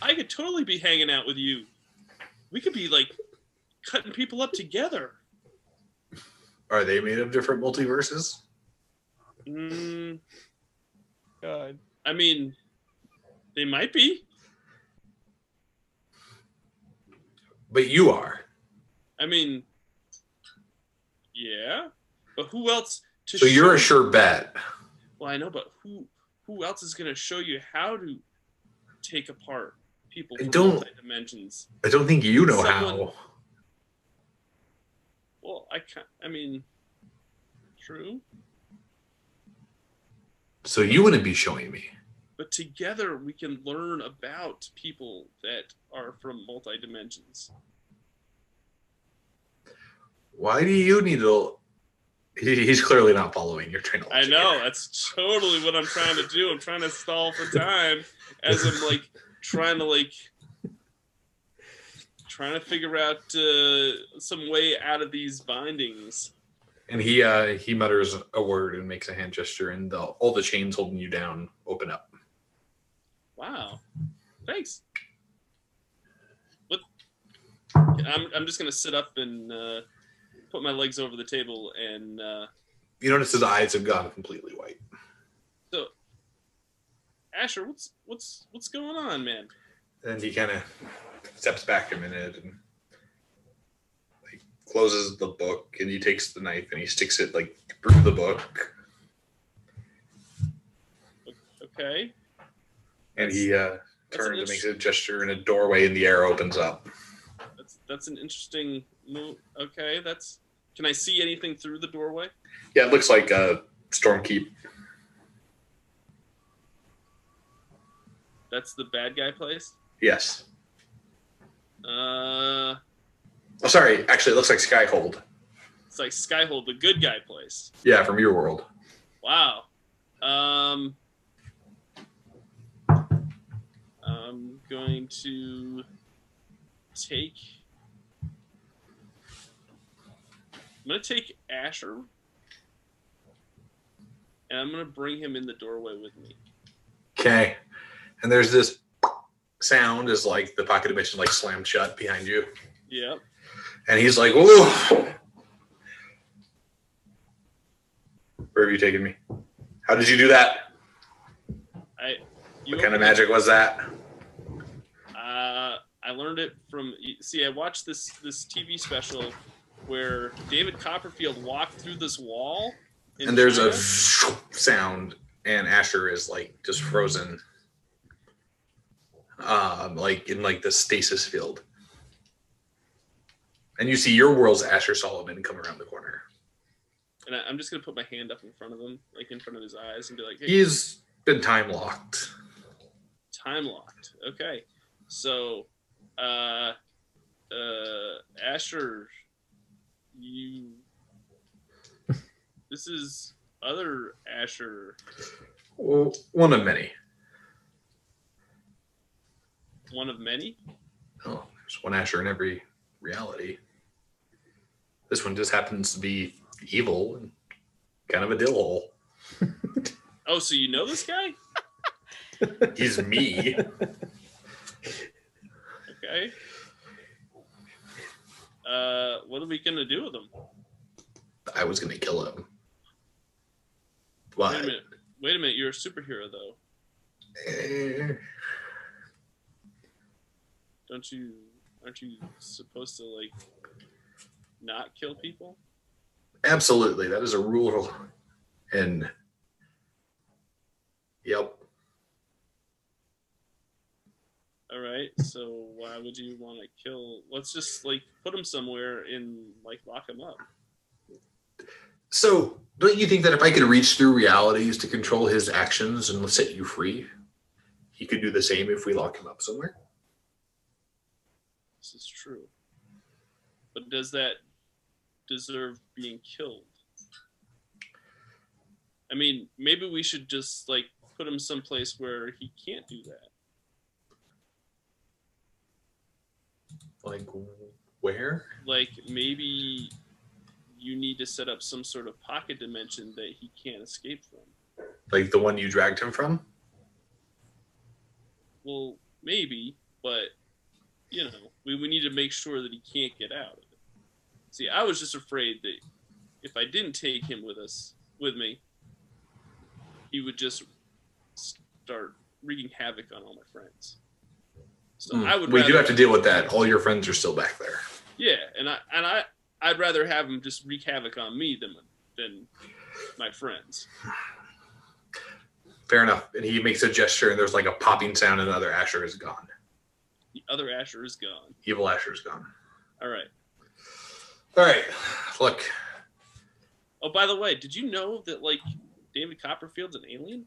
Speaker 1: I could totally be hanging out with you. We could be like cutting people up together.
Speaker 2: Are they made of different multiverses?
Speaker 1: Mm,
Speaker 4: God.
Speaker 1: I mean, they might be.
Speaker 2: But you are.
Speaker 1: I mean, yeah. But who else? To
Speaker 2: So you're a
Speaker 1: show-
Speaker 2: sure bet.
Speaker 1: Well, I know, but who who else is going to show you how to take apart people
Speaker 2: I
Speaker 1: from
Speaker 2: don't-
Speaker 1: multi dimensions?
Speaker 2: I don't think you know
Speaker 1: Someone-
Speaker 2: how.
Speaker 1: Well, I can't. I mean, true.
Speaker 2: So you wouldn't be showing me.
Speaker 1: But together we can learn about people that are from multi dimensions.
Speaker 2: Why do you need to? He, he's clearly not following your train of
Speaker 1: I
Speaker 2: logic
Speaker 1: know
Speaker 2: here.
Speaker 1: that's totally what I'm trying to do. I'm trying to stall for time as I'm like trying to like trying to figure out uh, some way out of these bindings.
Speaker 2: And he uh, he mutters a word and makes a hand gesture, and the, all the chains holding you down open up.
Speaker 1: Wow, thanks. What? I'm I'm just gonna sit up and uh, put my legs over the table and uh,
Speaker 2: You notice his eyes have gone completely white.
Speaker 1: Asher, what's what's what's going on, man?
Speaker 2: And he kind of steps back a minute and like closes the book and he takes the knife and he sticks it like through the book
Speaker 1: Okay,
Speaker 2: and he uh,
Speaker 1: That's an
Speaker 2: turns and
Speaker 1: interest-
Speaker 2: makes a gesture and a doorway in the air opens up.
Speaker 1: that's that's an interesting move. Okay, that's. Can I see anything through the doorway?
Speaker 2: Yeah, it looks like uh, a storm keep.
Speaker 1: That's the bad guy place.
Speaker 2: Yes.
Speaker 1: Uh,
Speaker 2: Oh, sorry. Actually, it looks like Skyhold.
Speaker 1: it's like Skyhold, the good guy place.
Speaker 2: Yeah, from your world.
Speaker 1: Wow. Um, I'm going to take. I'm gonna take Asher, and I'm gonna bring him in the doorway with me.
Speaker 2: Okay. And there's this sound is like the pocket dimension like slammed shut behind you.
Speaker 1: Yep.
Speaker 2: And he's like, Ooh. Where have you taken me? How did you do that?
Speaker 1: I. You
Speaker 2: What kind
Speaker 1: open-
Speaker 2: of magic was that?
Speaker 1: Uh, I learned it from. See, I watched this this TV special where David Copperfield walked through this wall. in
Speaker 2: And there's a
Speaker 1: China.
Speaker 2: sound, and Asher is like just frozen. Um, like in like the stasis field. And you see your world's Asher Solomon come around the corner.
Speaker 1: and I, I'm just gonna put my hand up in front of him, like in front of his eyes, and be like, hey,
Speaker 2: He's been time locked.
Speaker 1: "Time locked." Okay, so, uh, uh, Asher, you, this is other Asher,
Speaker 2: Well, One of many.
Speaker 1: one of many.
Speaker 2: Oh, there's one Asher in every reality. This one just happens to be evil and kind of a dill hole.
Speaker 1: Oh, so you know this guy?
Speaker 2: He's me.
Speaker 1: Okay. Uh, what are we gonna do with him?
Speaker 2: I was gonna kill him.
Speaker 1: Wait a
Speaker 2: But
Speaker 1: minute. Wait a minute. You're a superhero, though.
Speaker 2: eh,
Speaker 1: Don't you? Aren't you supposed to like not kill people?
Speaker 2: absolutely, that is a rule. And yep,
Speaker 1: All right. So why would you want to kill? Let's just like put him somewhere and like lock him up.
Speaker 2: So, don't you think that if I could reach through realities to control his actions and set you free, he could do the same if we lock him up somewhere?
Speaker 1: This is true. But does that deserve being killed? I mean, maybe we should just like put him someplace where he can't do that.
Speaker 2: Like, where?
Speaker 1: Like maybe you need to set up some sort of pocket dimension that he can't escape from.
Speaker 2: Like the one you dragged him from?
Speaker 1: Well, maybe, but you know, we, we need to make sure that he can't get out of it. See, I was just afraid that if I didn't take him with us with me, he would just start wreaking havoc on all my friends. So I would.
Speaker 2: we Hmm. do
Speaker 1: rather-
Speaker 2: have to deal with that. All your friends are still back there.
Speaker 1: Yeah, and I and I I'd rather have him just wreak havoc on me than than my friends.
Speaker 2: Fair enough. And he makes a gesture, and there's like a popping sound, and the other Asher is gone.
Speaker 1: The other Asher is gone.
Speaker 2: Evil Asher is gone.
Speaker 1: All right.
Speaker 2: All right. Look,
Speaker 1: Oh, by the way, did you know that like David Copperfield's an alien?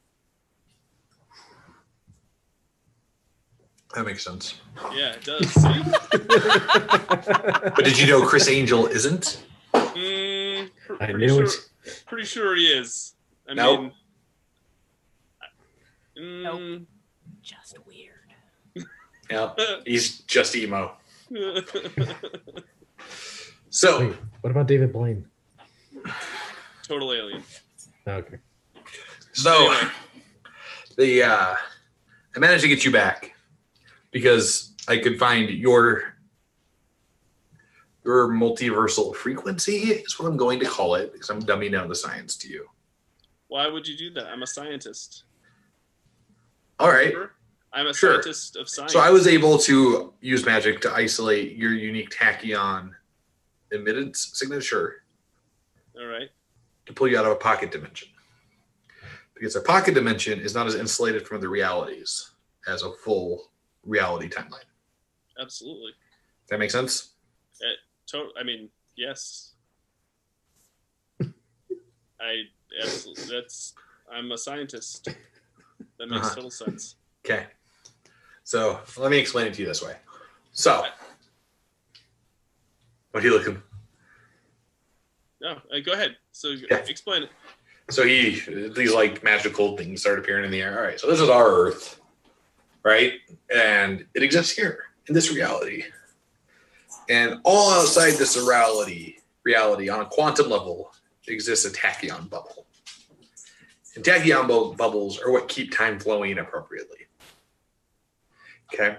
Speaker 2: that makes sense.
Speaker 1: Yeah, it does. See?
Speaker 2: But did you know Chris Angel isn't?
Speaker 1: Mm, pr-
Speaker 3: I
Speaker 1: pretty
Speaker 3: knew
Speaker 1: sure,
Speaker 3: it.
Speaker 1: Pretty sure he is. I
Speaker 2: Nope.
Speaker 1: mean, I- mm,
Speaker 6: Just weird.
Speaker 2: Yeah. He's just emo.
Speaker 1: Total
Speaker 2: So
Speaker 3: Wait, what about David Blaine?
Speaker 1: alien.
Speaker 3: Okay.
Speaker 2: so
Speaker 1: Anyway.
Speaker 2: the uh I managed to get you back because I could find your your multiversal frequency is what I'm going to call it because I'm dumbing down the science to you.
Speaker 1: Why would you do that? I'm a scientist.
Speaker 2: All right.
Speaker 1: Remember? I'm a
Speaker 2: Sure.
Speaker 1: scientist of science.
Speaker 2: So I was able to use magic to isolate your unique tachyon emittance signature
Speaker 1: All right.
Speaker 2: to pull you out of a pocket dimension. Because a pocket dimension is not as insulated from the realities as a full reality timeline.
Speaker 1: Absolutely.
Speaker 2: That makes sense?
Speaker 1: Total. I mean, yes. I absolutely. That's. I'm a scientist. That makes
Speaker 2: Uh-huh.
Speaker 1: total sense.
Speaker 2: Okay. So let me explain it to you this way. So, what he looking?
Speaker 1: No, uh, go ahead. So
Speaker 2: Yeah.
Speaker 1: explain it.
Speaker 2: So he these like magical things start appearing in the air. All right. So this is our Earth, right? And it exists here in this reality, and all outside this reality, reality on a quantum level exists a tachyon bubble. And tachyon bu- bubbles are what keep time flowing appropriately. Okay.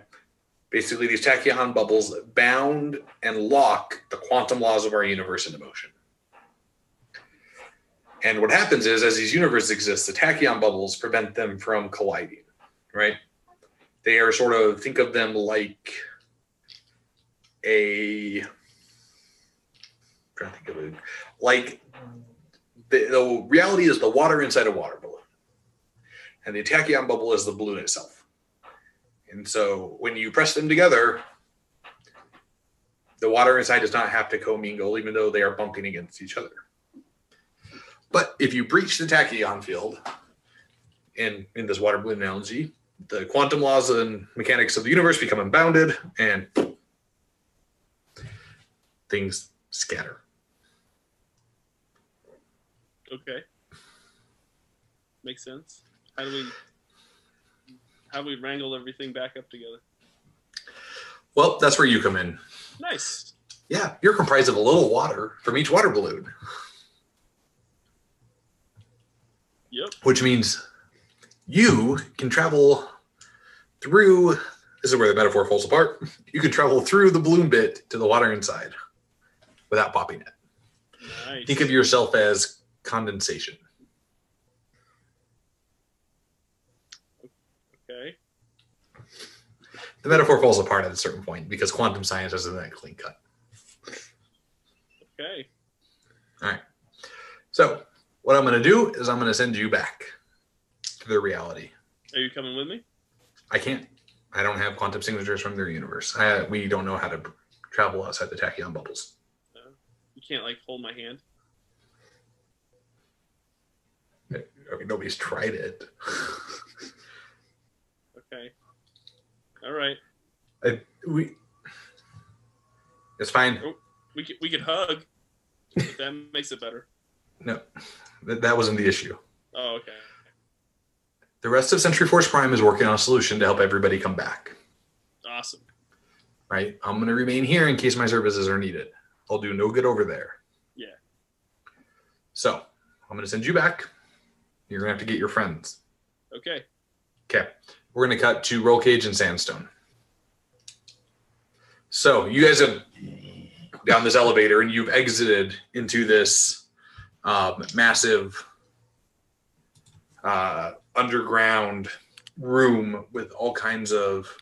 Speaker 2: Basically, these tachyon bubbles bound and lock the quantum laws of our universe into motion. And what happens is, as these universes exist, the tachyon bubbles prevent them from colliding, right? They are sort of, think of them like a, I'm trying to think of it, like the, the reality is the water inside a water balloon. And the tachyon bubble is the balloon itself. And so when you press them together, the water inside does not have to commingle, even though they are bumping against each other. But if you breach the tachyon field, in in this water balloon analogy, the quantum laws and mechanics of the universe become unbounded, and things scatter.
Speaker 1: Okay. Makes sense. How do we how do we wrangle everything back up together?
Speaker 2: Well, that's where you come in.
Speaker 1: Nice.
Speaker 2: Yeah, you're comprised of a little water from each water balloon,
Speaker 1: Yep.
Speaker 2: which means you can travel through. This is where the metaphor falls apart. You can travel through the balloon bit to the water inside without popping it.
Speaker 1: Nice.
Speaker 2: Think of yourself as condensation.
Speaker 1: okay.
Speaker 2: the metaphor falls apart at a certain point because quantum science isn't that clean cut.
Speaker 1: Okay.
Speaker 2: So, what I'm going to do is I'm going to send you back to their reality.
Speaker 1: Are you coming with me?
Speaker 2: I can't. I don't have quantum signatures from their universe. I, we don't know how to travel outside the tachyon bubbles.
Speaker 1: You can't like hold my hand.
Speaker 2: I mean, nobody's tried it.
Speaker 1: Okay. All right.
Speaker 2: We. It's fine.
Speaker 1: We could we could hug. If that makes it better.
Speaker 2: No, that, that wasn't the issue.
Speaker 1: Oh, okay.
Speaker 2: The rest of Century Force Prime is working on a solution to help everybody come back.
Speaker 1: Awesome.
Speaker 2: right? I'm going to remain here in case my services are needed. I'll do no good over there.
Speaker 1: Yeah.
Speaker 2: So I'm going to send you back. You're going to have to get your friends.
Speaker 1: Okay.
Speaker 2: Okay. We're going to cut to Roll Cage and Sandstone. So you guys have down this elevator and you've exited into this um, massive uh, underground room with all kinds of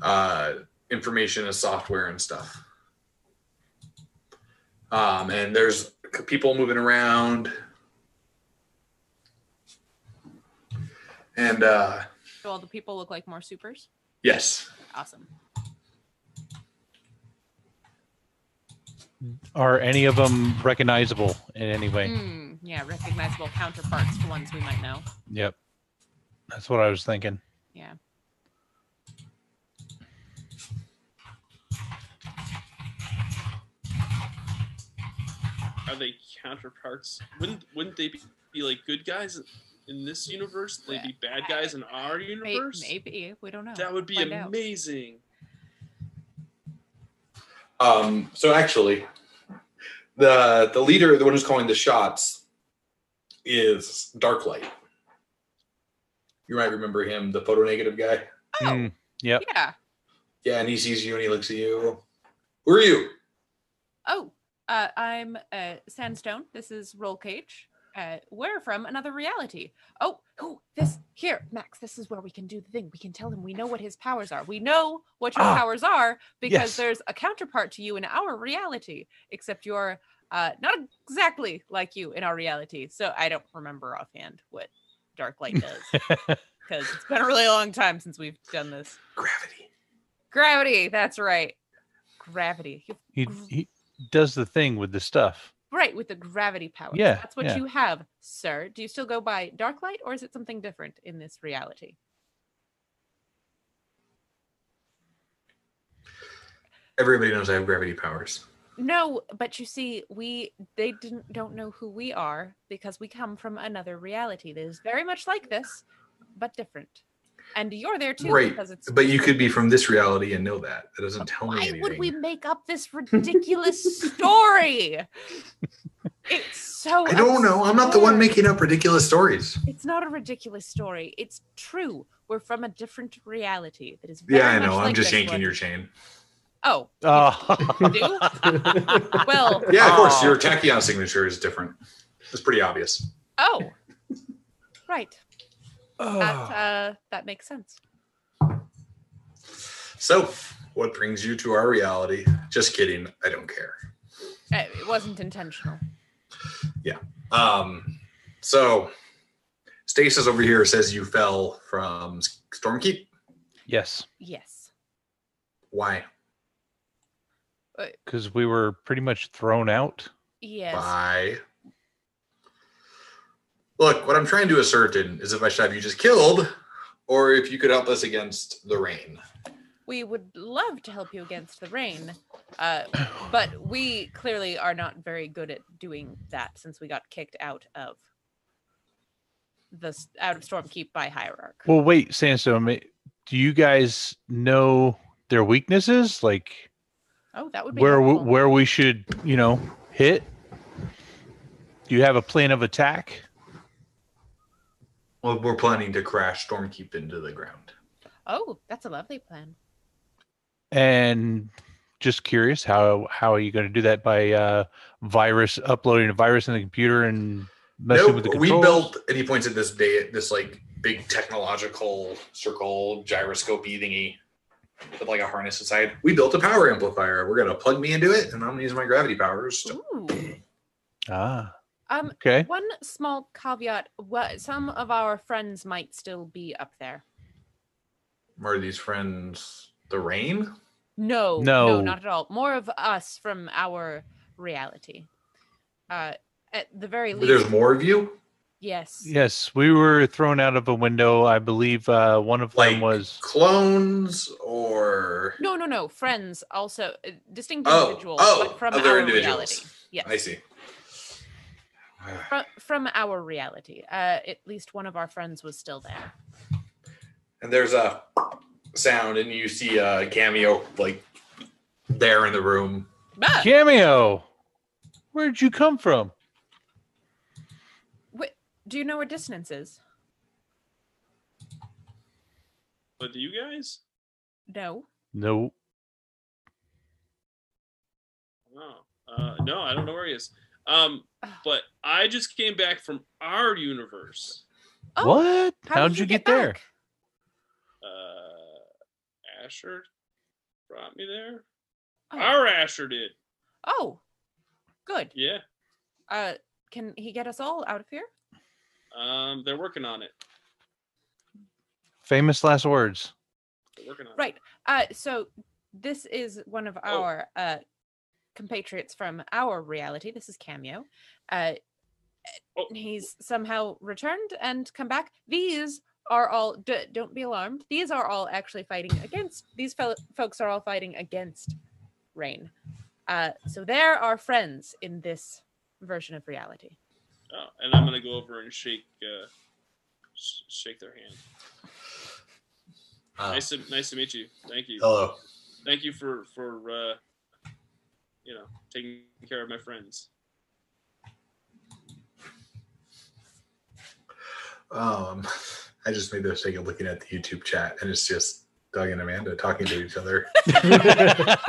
Speaker 2: uh, information and software and stuff. Um, and there's c- people moving around. And uh,
Speaker 5: So all the people look like more supers.
Speaker 2: yes,
Speaker 5: Awesome.
Speaker 4: Are any of them recognizable in any way?
Speaker 5: Mm, yeah, recognizable counterparts to ones we might know.
Speaker 4: Yep. That's what I was thinking.
Speaker 5: Yeah.
Speaker 1: Are they counterparts? Wouldn't wouldn't they be, be like good guys in this universe? They'd be bad guys in our
Speaker 5: May-
Speaker 1: universe.
Speaker 5: Maybe we don't know.
Speaker 1: That would be
Speaker 5: Find out.
Speaker 1: amazing.
Speaker 2: Um, so actually, the the leader, the one who's calling the shots, is Darklight. You might remember him, the photo negative guy.
Speaker 5: Oh.
Speaker 4: Mm, yep.
Speaker 5: Yeah.
Speaker 2: Yeah, and he sees you and he looks at you. Who are you?
Speaker 5: Oh, uh, I'm uh, Sandstone. This is Roll Cage. Uh, we're from another reality. Oh, who? This here, Max. This is where we can do the thing. We can tell him we know what his powers are. We know what your
Speaker 4: Ah,
Speaker 5: powers are because
Speaker 4: yes.
Speaker 5: there's a counterpart to you in our reality. Except you're uh, not exactly like you in our reality. So I don't remember offhand what dark light does because it's been a really long time since we've done this.
Speaker 2: Gravity.
Speaker 5: Gravity. That's right. Gravity. You
Speaker 4: he, he does the thing with the stuff.
Speaker 5: Right, with the gravity power.
Speaker 4: Yeah,
Speaker 5: That's what
Speaker 4: yeah.
Speaker 5: you have, sir. Do you still go by dark light or is it something different in this reality?
Speaker 2: Everybody knows I have gravity powers.
Speaker 5: No, but you see, we they didn't don't know who we are because we come from another reality that is very much like this, but different. And you're there too
Speaker 2: Right,
Speaker 5: because it's
Speaker 2: But you could be from this reality and know that. That doesn't tell me
Speaker 5: why
Speaker 2: anything.
Speaker 5: would we make up this ridiculous story? It's so
Speaker 2: I don't know. I'm not the one
Speaker 5: absurd.
Speaker 2: making up ridiculous stories.
Speaker 5: It's not a ridiculous story. It's true. We're from a different reality that is very
Speaker 2: Yeah, I
Speaker 5: much
Speaker 2: know. I'm
Speaker 5: like
Speaker 2: just
Speaker 5: this
Speaker 2: yanking
Speaker 5: one.
Speaker 2: your chain.
Speaker 5: Oh,
Speaker 4: Oh.
Speaker 5: do? well,
Speaker 2: Yeah, of course.
Speaker 4: Aw.
Speaker 2: Your tachyon signature is different. It's pretty obvious.
Speaker 5: oh. Right. That uh that makes sense.
Speaker 2: So, what brings you to our reality? Just kidding. I don't care.
Speaker 5: Uh, It wasn't intentional.
Speaker 2: Um, so, Stasis over here says you fell from S- Stormkeep.
Speaker 4: yes.
Speaker 5: Yes.
Speaker 2: Why?
Speaker 4: Because we were pretty much thrown out.
Speaker 5: Yes.
Speaker 2: Why? Look, what I'm trying to ascertain is if I should have you just killed, or if you could help us against the rain.
Speaker 5: We would love to help you against the rain. Uh but we clearly are not very good at doing that since we got kicked out of the s- out of Stormkeep by Hierarch.
Speaker 4: Well, wait, Sandstone, ma- do you guys know their weaknesses? Like
Speaker 5: Oh, that would be
Speaker 4: where w-
Speaker 5: helpful.
Speaker 4: where we should, you know, hit? Do you have a plan of attack?
Speaker 2: Well, we're planning to crash Stormkeep into the ground.
Speaker 5: Oh, that's a lovely plan.
Speaker 4: And just curious, how how are you going to do that by uh, virus uploading a virus in the computer and messing with the
Speaker 2: we
Speaker 4: controls?
Speaker 2: built, and he points at this day, this like big technological circle gyroscopy thingy with like a harness inside. We built a power amplifier. We're gonna plug me into it, and I'm gonna use my gravity powers. to-
Speaker 5: Ooh.
Speaker 4: Ah,
Speaker 5: Um
Speaker 4: okay.
Speaker 5: One small caveat: wha- some of our friends might still be up there.
Speaker 2: Are these friends the rain?
Speaker 5: No,
Speaker 4: No.
Speaker 5: not at all. More of us from our reality. Uh, at the very least,
Speaker 2: There's more of you.
Speaker 5: yes,
Speaker 4: Yes, we were thrown out of a window. I believe uh, one of them
Speaker 2: Like-
Speaker 4: was
Speaker 2: Clones or
Speaker 5: no, no, no, friends also uh, distinct
Speaker 2: Oh,
Speaker 5: individuals,
Speaker 2: oh,
Speaker 5: but from
Speaker 2: other
Speaker 5: our
Speaker 2: individuals.
Speaker 5: reality. Yes,
Speaker 2: I see.
Speaker 5: From, from our reality. Uh, at least one of our friends was still there.
Speaker 2: And there's a sound, and you see a cameo like there in the room.
Speaker 5: Ah,
Speaker 4: cameo. Where'd you come from?
Speaker 5: wait, do you know where dissonance is?
Speaker 1: But do you guys?
Speaker 5: No.
Speaker 4: No.
Speaker 1: Oh, uh, no, I don't know where he is. Um, but I just came back from our universe.
Speaker 5: Oh,
Speaker 4: what?
Speaker 5: how
Speaker 4: How'd
Speaker 5: did
Speaker 4: you
Speaker 5: you
Speaker 4: get,
Speaker 5: get
Speaker 4: there?
Speaker 5: back?
Speaker 1: Uh, Asher brought me there.
Speaker 5: Oh.
Speaker 1: Our Asher did.
Speaker 5: Oh, good.
Speaker 1: Yeah.
Speaker 5: Uh, can he get us all out of here?
Speaker 1: Um, they're working on it.
Speaker 4: Famous last words.
Speaker 1: They're working on it.
Speaker 5: Right. Uh, so this is one of
Speaker 1: Oh.
Speaker 5: our uh, compatriots from our reality. This is Cameo. Uh,
Speaker 1: Oh.
Speaker 5: He's somehow returned and come back. These are all. D- don't be alarmed. These are all actually fighting against. These fellow folks are all fighting against Rain. Uh, so they're our friends in this version of reality.
Speaker 1: Oh, and I'm gonna go over and shake, uh, sh- shake their hand.
Speaker 2: Uh,
Speaker 4: Oh.
Speaker 1: Nice to, nice to meet you. Thank you.
Speaker 2: hello.
Speaker 1: Thank you for, for, uh, you know, taking care of my friends.
Speaker 2: Um, I just made the mistake of looking at the YouTube chat, and it's just Doug and Amanda talking to each other. All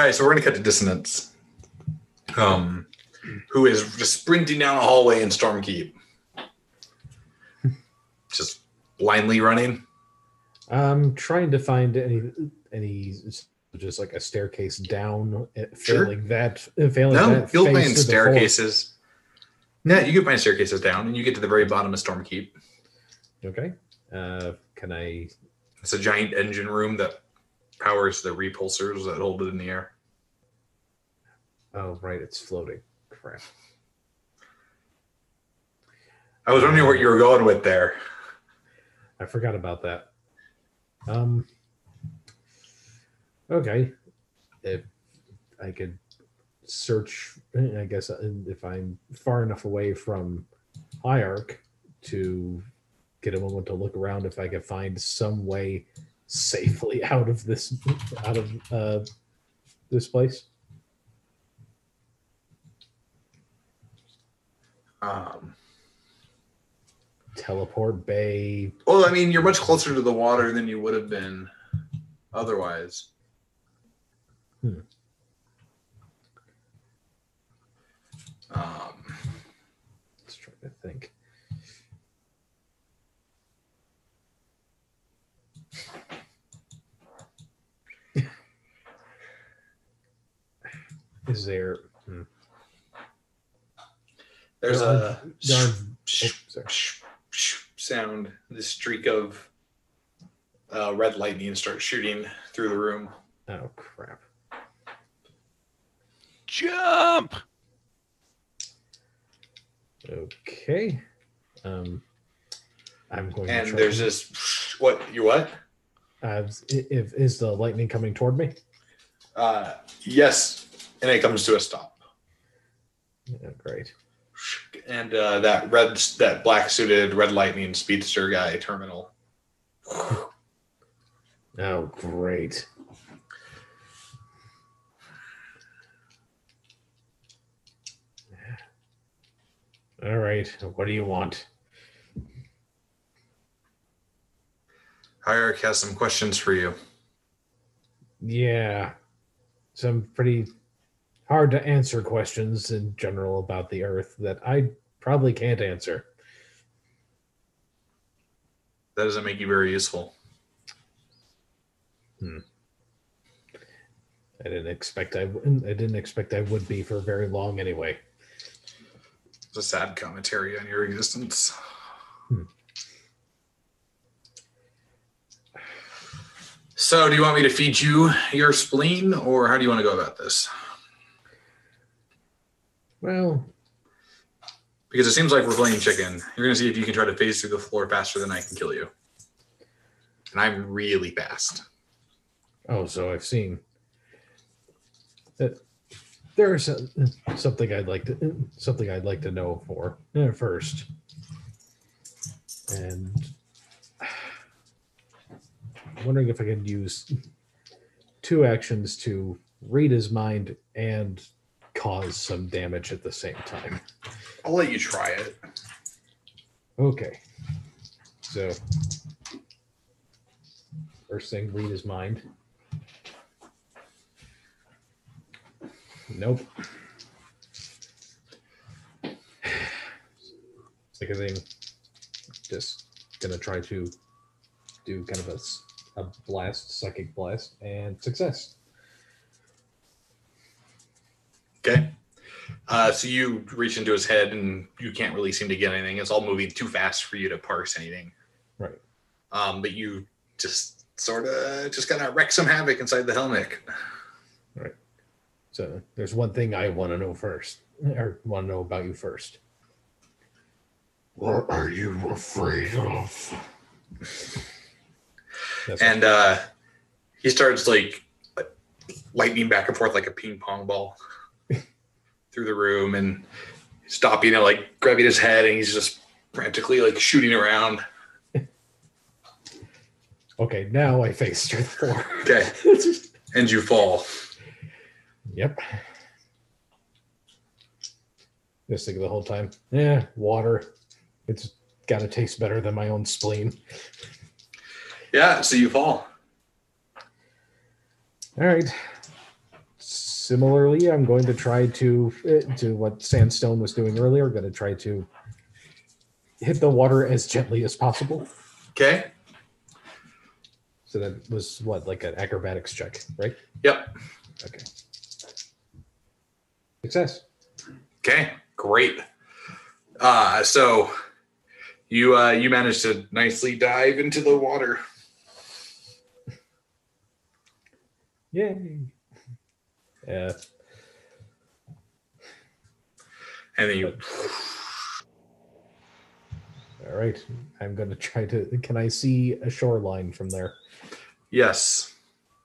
Speaker 2: right, so we're gonna cut to dissonance. Um, who is just sprinting down a hallway in Stormkeep, just blindly running.
Speaker 3: I'm trying to find any any just like a staircase down, eh,
Speaker 2: Sure.
Speaker 3: failing that, eh, failing
Speaker 2: No,
Speaker 3: that.
Speaker 2: you'll
Speaker 3: face to
Speaker 2: find
Speaker 3: the
Speaker 2: staircases. No, you can find staircases down, and you get to the very bottom of Stormkeep.
Speaker 3: floor. Okay. Uh, can I?
Speaker 2: It's a giant engine room that powers the repulsors that hold it in the air.
Speaker 3: Oh, right, it's floating. Crap.
Speaker 2: I was wondering what you were going with there.
Speaker 3: I forgot about that. Um. Okay, if I could search, I guess uh, if I'm far enough away from Hierarch to get a moment to look around, if I could find some way safely out of this, out of uh, this place.
Speaker 2: Um,
Speaker 3: Teleport bay.
Speaker 2: well, I mean, you're much closer to the water than you would have been otherwise.
Speaker 3: Hmm.
Speaker 2: Um,
Speaker 3: Let's try to think. Is there? hmm.
Speaker 2: there's
Speaker 3: There
Speaker 2: a
Speaker 3: are- there are- oh, sorry.
Speaker 2: sound. This streak of uh, red lightning starts shooting through the room.
Speaker 3: Oh crap!
Speaker 4: Jump.
Speaker 3: Okay. Um, I'm going. to
Speaker 2: And
Speaker 3: try-
Speaker 2: there's this what you what?
Speaker 3: Uh, i- if is the lightning coming toward me?
Speaker 2: Uh, yes, and it comes to a stop.
Speaker 3: Yeah, great.
Speaker 2: And uh, that red, that black suited red lightning speedster guy terminal
Speaker 3: Oh great. All right. What do you want?
Speaker 2: Hierarch has some questions for you.
Speaker 3: Yeah. Some pretty hard to answer questions in general about the earth that I probably can't answer.
Speaker 2: That doesn't make you very useful.
Speaker 3: I didn't expect I wouldn't I didn't expect I would be for very long anyway.
Speaker 2: It's a sad commentary on your existence.
Speaker 3: Hmm.
Speaker 2: So, do you want me to feed you your spleen, or how do you want to go about this?
Speaker 3: Well,
Speaker 2: Because it seems like we're playing chicken. You're going to see if you can try to phase through the floor faster than I can kill you. And I'm really fast.
Speaker 3: oh, so I've seen that there's a, something I'd like to something I'd like to know for uh, first. And I'm wondering if I can use two actions to read his mind and cause some damage at the same time.
Speaker 2: I'll let you try it.
Speaker 3: Okay. So First thing, read his mind. Nope. Second thing, just gonna try to do kind of a, s- a blast, psychic blast, and success.
Speaker 2: Okay. Uh, so you reach into his head and you can't really seem to get anything. It's all moving too fast for you to parse anything.
Speaker 3: Right.
Speaker 2: Um, but you just sort of just kind of wreck some havoc inside the helmet.
Speaker 3: So there's one thing I want to know first, or want to know about you first.
Speaker 7: What are you afraid of?
Speaker 3: That's all.
Speaker 2: And uh, he starts like lightning back and forth like a ping pong ball through the room and stopping and like grabbing his head and he's just frantically like shooting around.
Speaker 3: okay, now I face strength four.
Speaker 2: Okay. and you fall.
Speaker 3: Yep. Just think the whole time, yeah, water. It's got to taste better than my own spleen.
Speaker 2: Yeah, so you fall.
Speaker 3: All right. Similarly, I'm going to try to eh, to what Sandstone was doing earlier. Going to try to hit the water as gently as possible.
Speaker 2: Okay.
Speaker 3: So that was what like an acrobatics check, right?
Speaker 2: Yep.
Speaker 3: Okay. Success.
Speaker 2: Okay. Great. Uh, so you uh, you managed to nicely dive into the water.
Speaker 3: Yay. Uh, Yeah.
Speaker 2: And then you
Speaker 3: All right. I'm going to try to. Can I see a shoreline from there?
Speaker 2: Yes.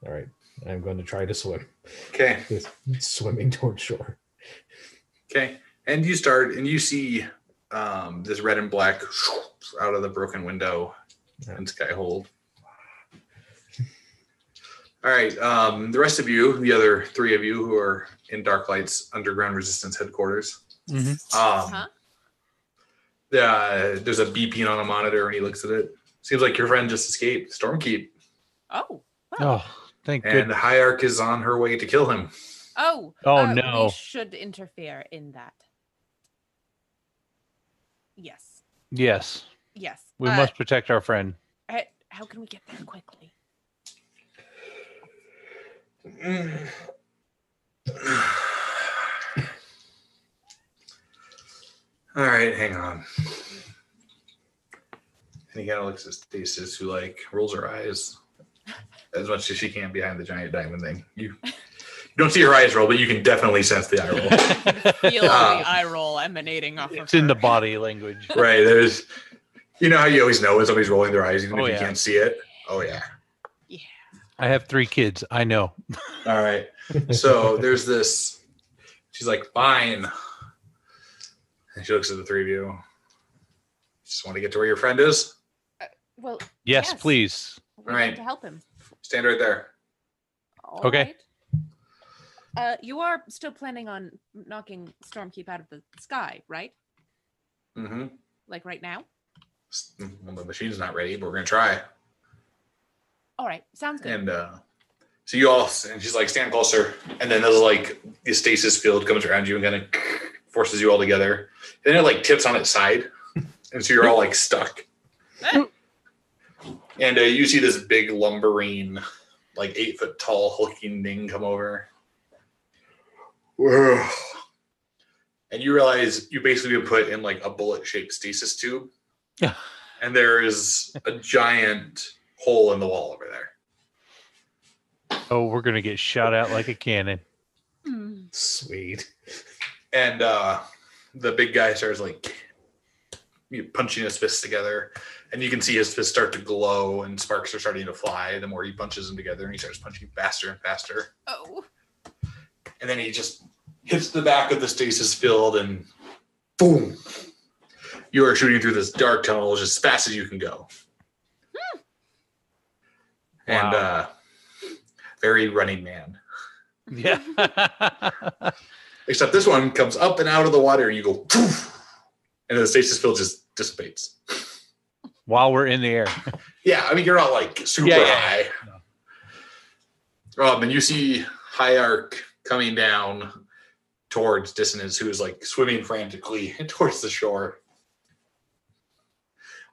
Speaker 3: All right. I'm going to try to swim.
Speaker 2: Okay.
Speaker 3: Just swimming towards shore.
Speaker 2: Okay. And you start and you see um, this red and black out of the broken window and Skyhold. All right. Um, the rest of you, the other three of you who are in Dark Light's Underground Resistance headquarters,
Speaker 4: Mhm.
Speaker 2: um,
Speaker 5: Huh?
Speaker 2: the- uh, there's a beeping on a monitor and he looks at it. Seems like your friend just escaped Stormkeep
Speaker 5: Oh,
Speaker 4: Oh, thank
Speaker 2: and
Speaker 4: goodness.
Speaker 2: Hierarch is on her way to kill him.
Speaker 5: oh,
Speaker 4: Oh,
Speaker 5: uh,
Speaker 4: no.
Speaker 5: We should interfere in that. Yes,
Speaker 4: Yes.
Speaker 5: yes.
Speaker 4: We
Speaker 5: Uh,
Speaker 4: must protect our friend.
Speaker 5: I- how can we get there quickly?
Speaker 2: All right, hang on. And he kind of looks at Stasis, who like rolls her eyes as much as she can behind the giant diamond thing. You, you don't see her eyes roll, but you can definitely sense the eye roll.
Speaker 5: Feel
Speaker 2: Ah.
Speaker 5: the eye roll emanating off of
Speaker 4: it's in
Speaker 5: her.
Speaker 4: the body language.
Speaker 2: right? There's, you know how you always know when somebody's rolling their eyes, even
Speaker 4: Oh,
Speaker 2: if
Speaker 4: yeah.
Speaker 2: you can't see it. Oh yeah.
Speaker 4: I have three kids. I know.
Speaker 2: All right. So there's this. She's like, fine. And she looks at the three of you. Just want to get to where your friend is.
Speaker 5: Well,
Speaker 4: Yes,
Speaker 5: Yes.
Speaker 4: please.
Speaker 5: we
Speaker 2: Right.
Speaker 5: need to help him.
Speaker 2: Stand right there.
Speaker 5: All
Speaker 4: Okay.
Speaker 5: right. Uh, you are still planning on knocking Stormkeep out of the sky, right?
Speaker 2: Mm-hmm. mm,
Speaker 5: Like right now?
Speaker 2: Well, the machine's not ready, but we're gonna try.
Speaker 5: All right, sounds good.
Speaker 2: And uh, so you all, and she's like, stand closer. And then there's like the stasis field comes around you and kind of forces you all together. And then it like tips on its side, and so you're all like stuck. and uh, you see this big lumbering, like eight foot tall hulking thing come over. Whoa. And you realize you basically been put in like a bullet shaped stasis tube.
Speaker 4: Yeah.
Speaker 2: And there is a giant hole in the wall over there.
Speaker 4: Oh, we're gonna get shot out like a cannon.
Speaker 5: Mm.
Speaker 3: Sweet.
Speaker 2: and uh the big guy starts like you know, punching his fists together and you can see his fists start to glow and sparks are starting to fly the more he punches them together and he starts punching faster and faster
Speaker 5: Oh,
Speaker 2: and then he just hits the back of the stasis field and boom you are shooting through this dark tunnel as fast as you can go and
Speaker 4: Wow.
Speaker 2: uh very running man
Speaker 4: Yeah.
Speaker 2: except this one comes up and out of the water and you go poof, and the stasis field just dissipates
Speaker 4: while we're in the air.
Speaker 2: Yeah, I mean, you're not like super
Speaker 4: Yeah, yeah,
Speaker 2: high. Um, and you see Hyark coming down towards Dissonance, who is like swimming frantically towards the shore.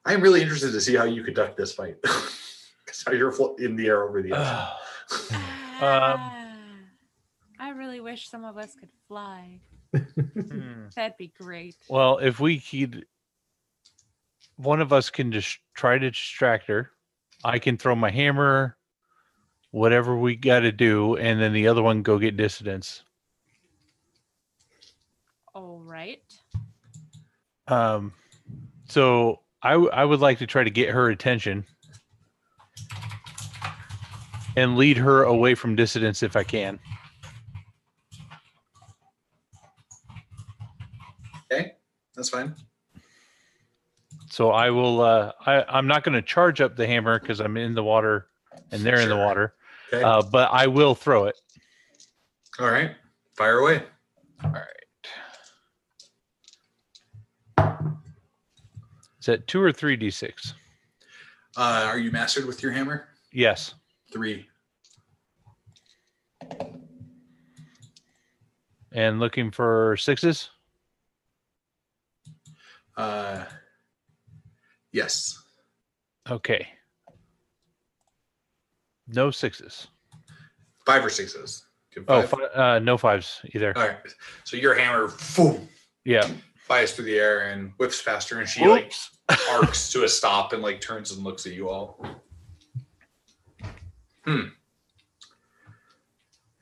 Speaker 2: I'm really interested to see how you conduct this fight. 'Cause how you're flo- in the air over the ocean.
Speaker 4: Um,
Speaker 5: Ah, I really wish some of us could fly.
Speaker 4: Hmm.
Speaker 5: That'd be great.
Speaker 4: Well, if we could, one of us can just try to distract her. I can throw my hammer, whatever we got to do, and then the other one go get dissidents.
Speaker 5: All right.
Speaker 4: Um, so I w- I would like to try to get her attention and lead her away from dissidents if I can.
Speaker 2: That's fine.
Speaker 4: So I will. Uh, I I'm not going to charge up the hammer because I'm in the water and they're in the
Speaker 2: Sure.
Speaker 4: water.
Speaker 2: Okay.
Speaker 4: Uh, but I will throw it.
Speaker 2: All right. Fire away.
Speaker 4: Is that two or three d six?
Speaker 2: Uh, are you mastered with your hammer?
Speaker 4: Yes.
Speaker 2: Three.
Speaker 4: And looking for sixes.
Speaker 2: Uh, yes.
Speaker 4: Okay. No sixes.
Speaker 2: Five or sixes. Give
Speaker 4: Oh,
Speaker 2: five.
Speaker 4: fi- uh, no fives either.
Speaker 2: All right. So your hammer boom,
Speaker 4: Yeah.
Speaker 2: flies through the air and whips faster, and she like arcs to a stop and like turns and looks at you all. Hmm.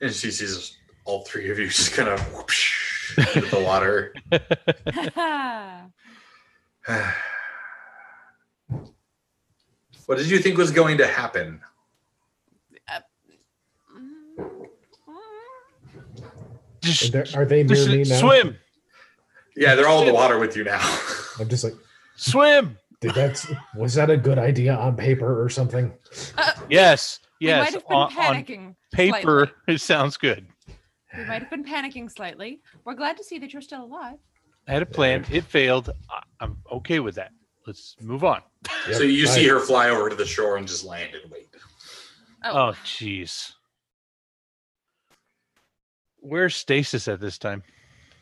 Speaker 2: And she sees all three of you just kind of whoosh into the water. what did you think was going to happen?
Speaker 5: Mm,
Speaker 3: Are,
Speaker 4: Just,
Speaker 3: there, are they near
Speaker 4: just
Speaker 3: me now?
Speaker 4: swim,
Speaker 2: Yeah, they're all in the water with you now.
Speaker 3: I'm just like,
Speaker 4: swim.
Speaker 3: did that, was that a good idea on paper or something?
Speaker 4: Yes,
Speaker 5: we might
Speaker 4: yes.
Speaker 5: have been
Speaker 4: On, on
Speaker 5: panicking.
Speaker 4: paper, it sounds good.
Speaker 5: We might have been panicking slightly. We're glad to see that you're still alive.
Speaker 4: I had a plan. It failed. I, I'm okay with that. Let's move on.
Speaker 3: Yep,
Speaker 2: so you
Speaker 3: I-
Speaker 2: see her fly over to the shore and just land and wait.
Speaker 5: Oh.
Speaker 4: Oh, jeez. Where's Stasis at this time?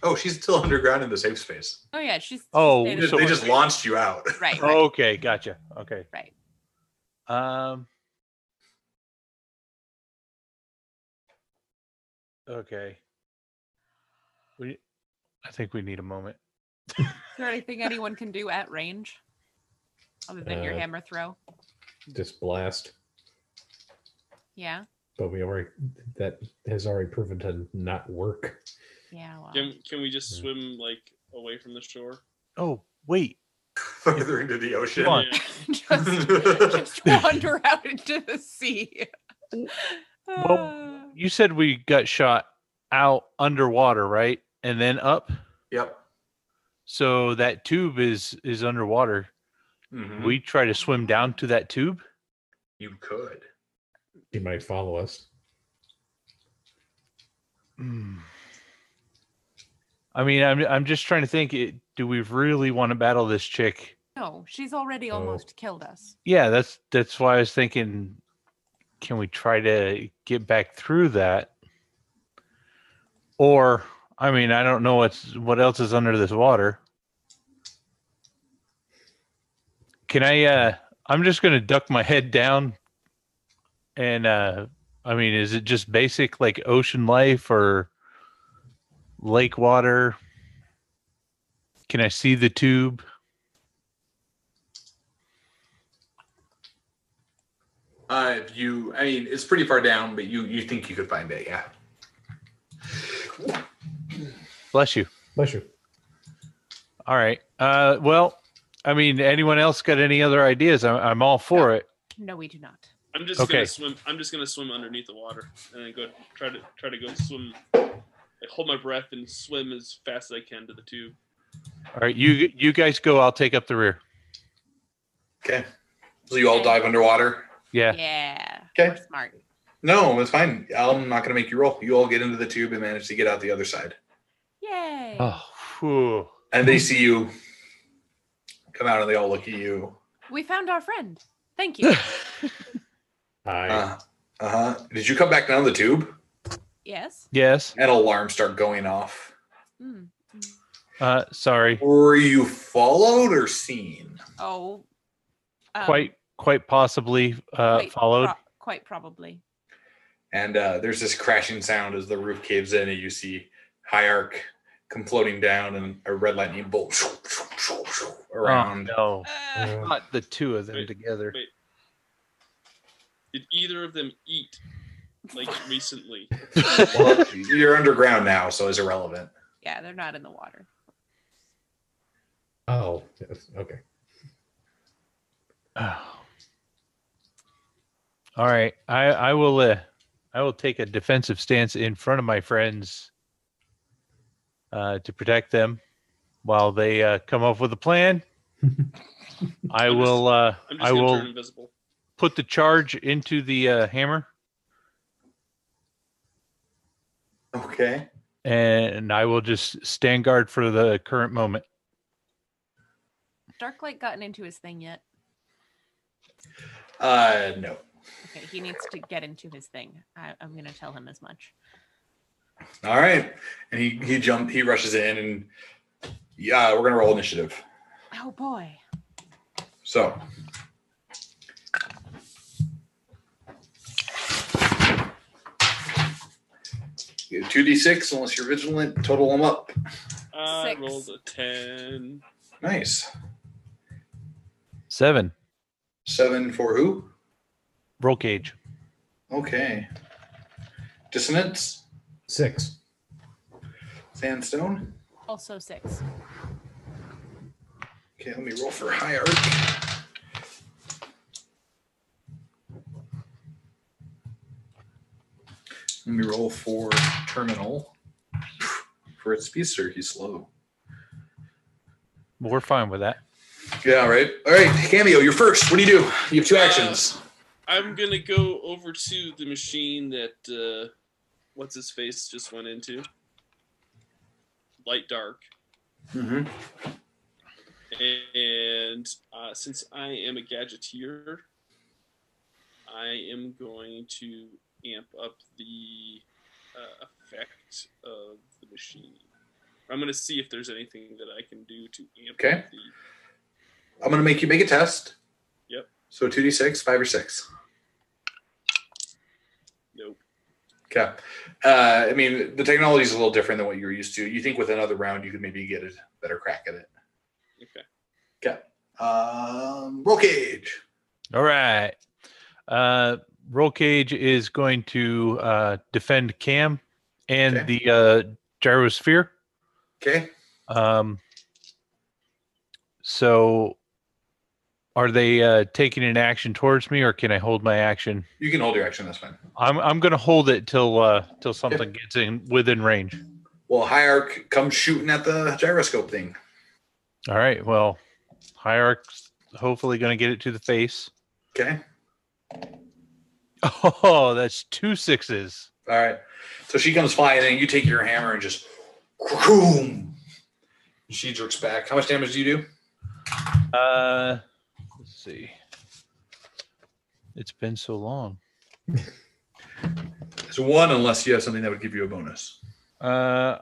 Speaker 2: Oh, she's still underground in the safe space.
Speaker 5: Oh yeah, she's
Speaker 4: Oh,
Speaker 5: They
Speaker 2: They
Speaker 5: just-
Speaker 4: so-
Speaker 2: they just launched you out.
Speaker 5: right. right.
Speaker 4: Okay, gotcha. Okay.
Speaker 5: Right.
Speaker 4: Um Okay. We I think we need a moment.
Speaker 5: Is there anything anyone can do at range other than your
Speaker 3: Uh,
Speaker 5: hammer throw?
Speaker 3: Just blast.
Speaker 5: Yeah.
Speaker 3: But we already, that has already proven to not work.
Speaker 5: Yeah. Well.
Speaker 1: Can, can we just
Speaker 3: Yeah.
Speaker 1: swim like away from the shore?
Speaker 4: Oh, wait.
Speaker 2: Further into the ocean.
Speaker 4: Come on.
Speaker 1: Yeah.
Speaker 5: just, just wander out into the sea.
Speaker 4: Well- You said we got shot out underwater, right? And then up.
Speaker 2: Yep.
Speaker 4: So that tube is is underwater.
Speaker 2: Mhm.
Speaker 4: We try to swim down to that tube.
Speaker 2: you could.
Speaker 3: He might follow us.
Speaker 4: Mm. I mean, I'm I'm just trying to think. It, do we really want to battle this chick?
Speaker 5: no, she's already
Speaker 3: Oh.
Speaker 5: almost killed us.
Speaker 4: Yeah, that's that's why I was thinking. Can we try to get back through that? Or I mean, I don't know what's what else is under this water. Can I? uh I'm just gonna duck my head down. And uh I mean, is it just basic like ocean life or lake water? Can I see the tube?
Speaker 2: Uh, if you, I mean, it's pretty far down, but you you think you could find it, yeah.
Speaker 4: Bless you.
Speaker 3: Bless you.
Speaker 4: All right. Uh, well, I mean, anyone else got any other ideas? I'm, I'm all for it.
Speaker 5: No, we do not.
Speaker 1: I'm just
Speaker 4: Okay.
Speaker 1: gonna swim. I'm just gonna swim underneath the water and then go try to try to go swim. Like hold my breath and swim as fast as I can to the tube.
Speaker 4: All right, you you guys go. I'll take up the rear.
Speaker 2: Okay. So you all dive underwater?
Speaker 4: Yeah.
Speaker 5: Yeah.
Speaker 2: Okay.
Speaker 5: We're smart.
Speaker 2: No, it's fine. I'm not going to make you roll. You all get into the tube and manage to get out the other side.
Speaker 5: Yay.
Speaker 3: Ah.
Speaker 4: Oh, whew.
Speaker 2: And they see you come out and they all look at you
Speaker 5: We found our friend. Thank you.
Speaker 3: I
Speaker 2: Uh huh. Did you come back down the tube?
Speaker 5: yes.
Speaker 4: yes.
Speaker 2: And alarms start going off.
Speaker 5: Mm.
Speaker 4: Uh, sorry.
Speaker 2: Were you followed or seen?
Speaker 5: Oh. um,
Speaker 4: quite quite possibly uh,
Speaker 5: quite
Speaker 4: followed.
Speaker 5: pro- quite probably.
Speaker 2: And uh, there's this crashing sound as the roof caves in, and you see Hyark come floating down, and a red lightning bolt around.
Speaker 4: Oh,
Speaker 5: Uh,
Speaker 4: no.
Speaker 3: uh,
Speaker 4: Not the two of them
Speaker 1: Wait,
Speaker 4: together.
Speaker 1: wait. Did either of them eat like recently?
Speaker 2: Well, you're underground now, so it's irrelevant.
Speaker 5: yeah, they're not in the water.
Speaker 3: oh yes, okay.
Speaker 4: Oh. All right, I I will uh, I will take a defensive stance in front of my friends uh, to protect them while they uh, come up with a plan. I
Speaker 1: I'm just-
Speaker 4: will uh,
Speaker 1: I'm just
Speaker 4: I
Speaker 1: gonna
Speaker 4: will
Speaker 1: turn invisible.
Speaker 4: put the charge into the uh, hammer
Speaker 2: Okay.
Speaker 4: and I will just stand guard for the current moment.
Speaker 5: Darklight gotten into his thing yet?
Speaker 2: Uh, no.
Speaker 5: Okay, he needs to get into his thing. I, I'm gonna tell him as much.
Speaker 2: All right. And he he jumps. He rushes in, and yeah, we're gonna roll initiative.
Speaker 5: Oh boy.
Speaker 2: So. You have 2d6 unless you're vigilant, total them up.
Speaker 1: I
Speaker 5: Six.
Speaker 1: rolled a ten.
Speaker 2: Nice.
Speaker 4: Seven
Speaker 2: Seven for who?
Speaker 4: roll cage.
Speaker 2: Okay. Dissonance,
Speaker 3: Six.
Speaker 2: sandstone.
Speaker 5: Also six.
Speaker 2: Okay, let me roll for high arc. Let me roll for terminal. For its speedster, he's slow.
Speaker 4: We're fine with that.
Speaker 2: Yeah, right. All right, Cameo, you're first. What do you do? You have two actions.
Speaker 1: I'm gonna go over to the machine that uh, what's his face just went into. Light dark,
Speaker 2: Mm-hmm.
Speaker 1: and uh, since I am a gadgeteer, I am going to amp up the uh, effect of the machine. I'm gonna see if there's anything that I can do to amp
Speaker 2: Okay.
Speaker 1: up the.
Speaker 2: I'm gonna make you make a test.
Speaker 1: Yep.
Speaker 2: So two d six, five or six.
Speaker 1: Nope.
Speaker 2: Okay. Uh, I mean, the technology is a little different than what you're used to. You think with another round, you could maybe get a better crack at it.
Speaker 1: Okay.
Speaker 2: Um, roll cage.
Speaker 4: All right. Uh, Roll Cage is going to uh, defend Cam and
Speaker 2: Okay.
Speaker 4: the uh, gyrosphere.
Speaker 2: Okay.
Speaker 4: Um, so, are they uh, taking an action towards me, or can I hold my action?
Speaker 2: You can hold your action. That's fine.
Speaker 4: I'm I'm going to hold it till uh, till something gets in within range.
Speaker 2: Well, Hierarch comes shooting at the gyroscope thing.
Speaker 4: All right. Well, Hierarch's hopefully going to get it to the face.
Speaker 2: Okay.
Speaker 4: Oh, that's two sixes.
Speaker 2: All right. So she comes flying in. You take your hammer and just. Boom. She jerks back. How much damage do you do?
Speaker 4: Uh, let's see. It's been so long.
Speaker 2: It's one, unless you have something that would give you a bonus.
Speaker 4: Uh,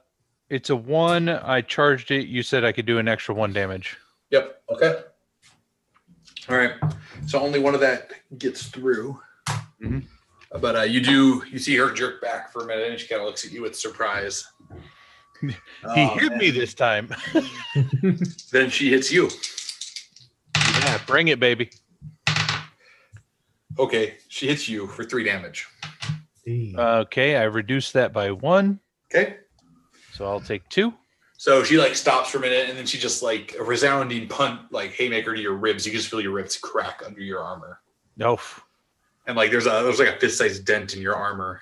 Speaker 4: it's a one. I charged it. You said I could do an extra one damage.
Speaker 2: Yep. Okay. All right. So only one of that gets through.
Speaker 4: Mhm.
Speaker 2: But uh, you do you see her jerk back for a minute, and she kind of looks at you with surprise.
Speaker 4: He he
Speaker 2: Oh,
Speaker 4: hit
Speaker 2: man.
Speaker 4: me this time.
Speaker 2: Then she hits you.
Speaker 4: yeah, bring it, baby.
Speaker 2: Okay, she hits you for three damage.
Speaker 3: D.
Speaker 4: Okay, I reduced that by one,
Speaker 2: Okay.
Speaker 4: so I'll take two.
Speaker 2: So she like stops for a minute, and then she just like a resounding punt, like haymaker to your ribs. You can just feel your ribs crack under your armor,
Speaker 4: Oh,
Speaker 2: and like there's a there's like a fist sized dent in your armor,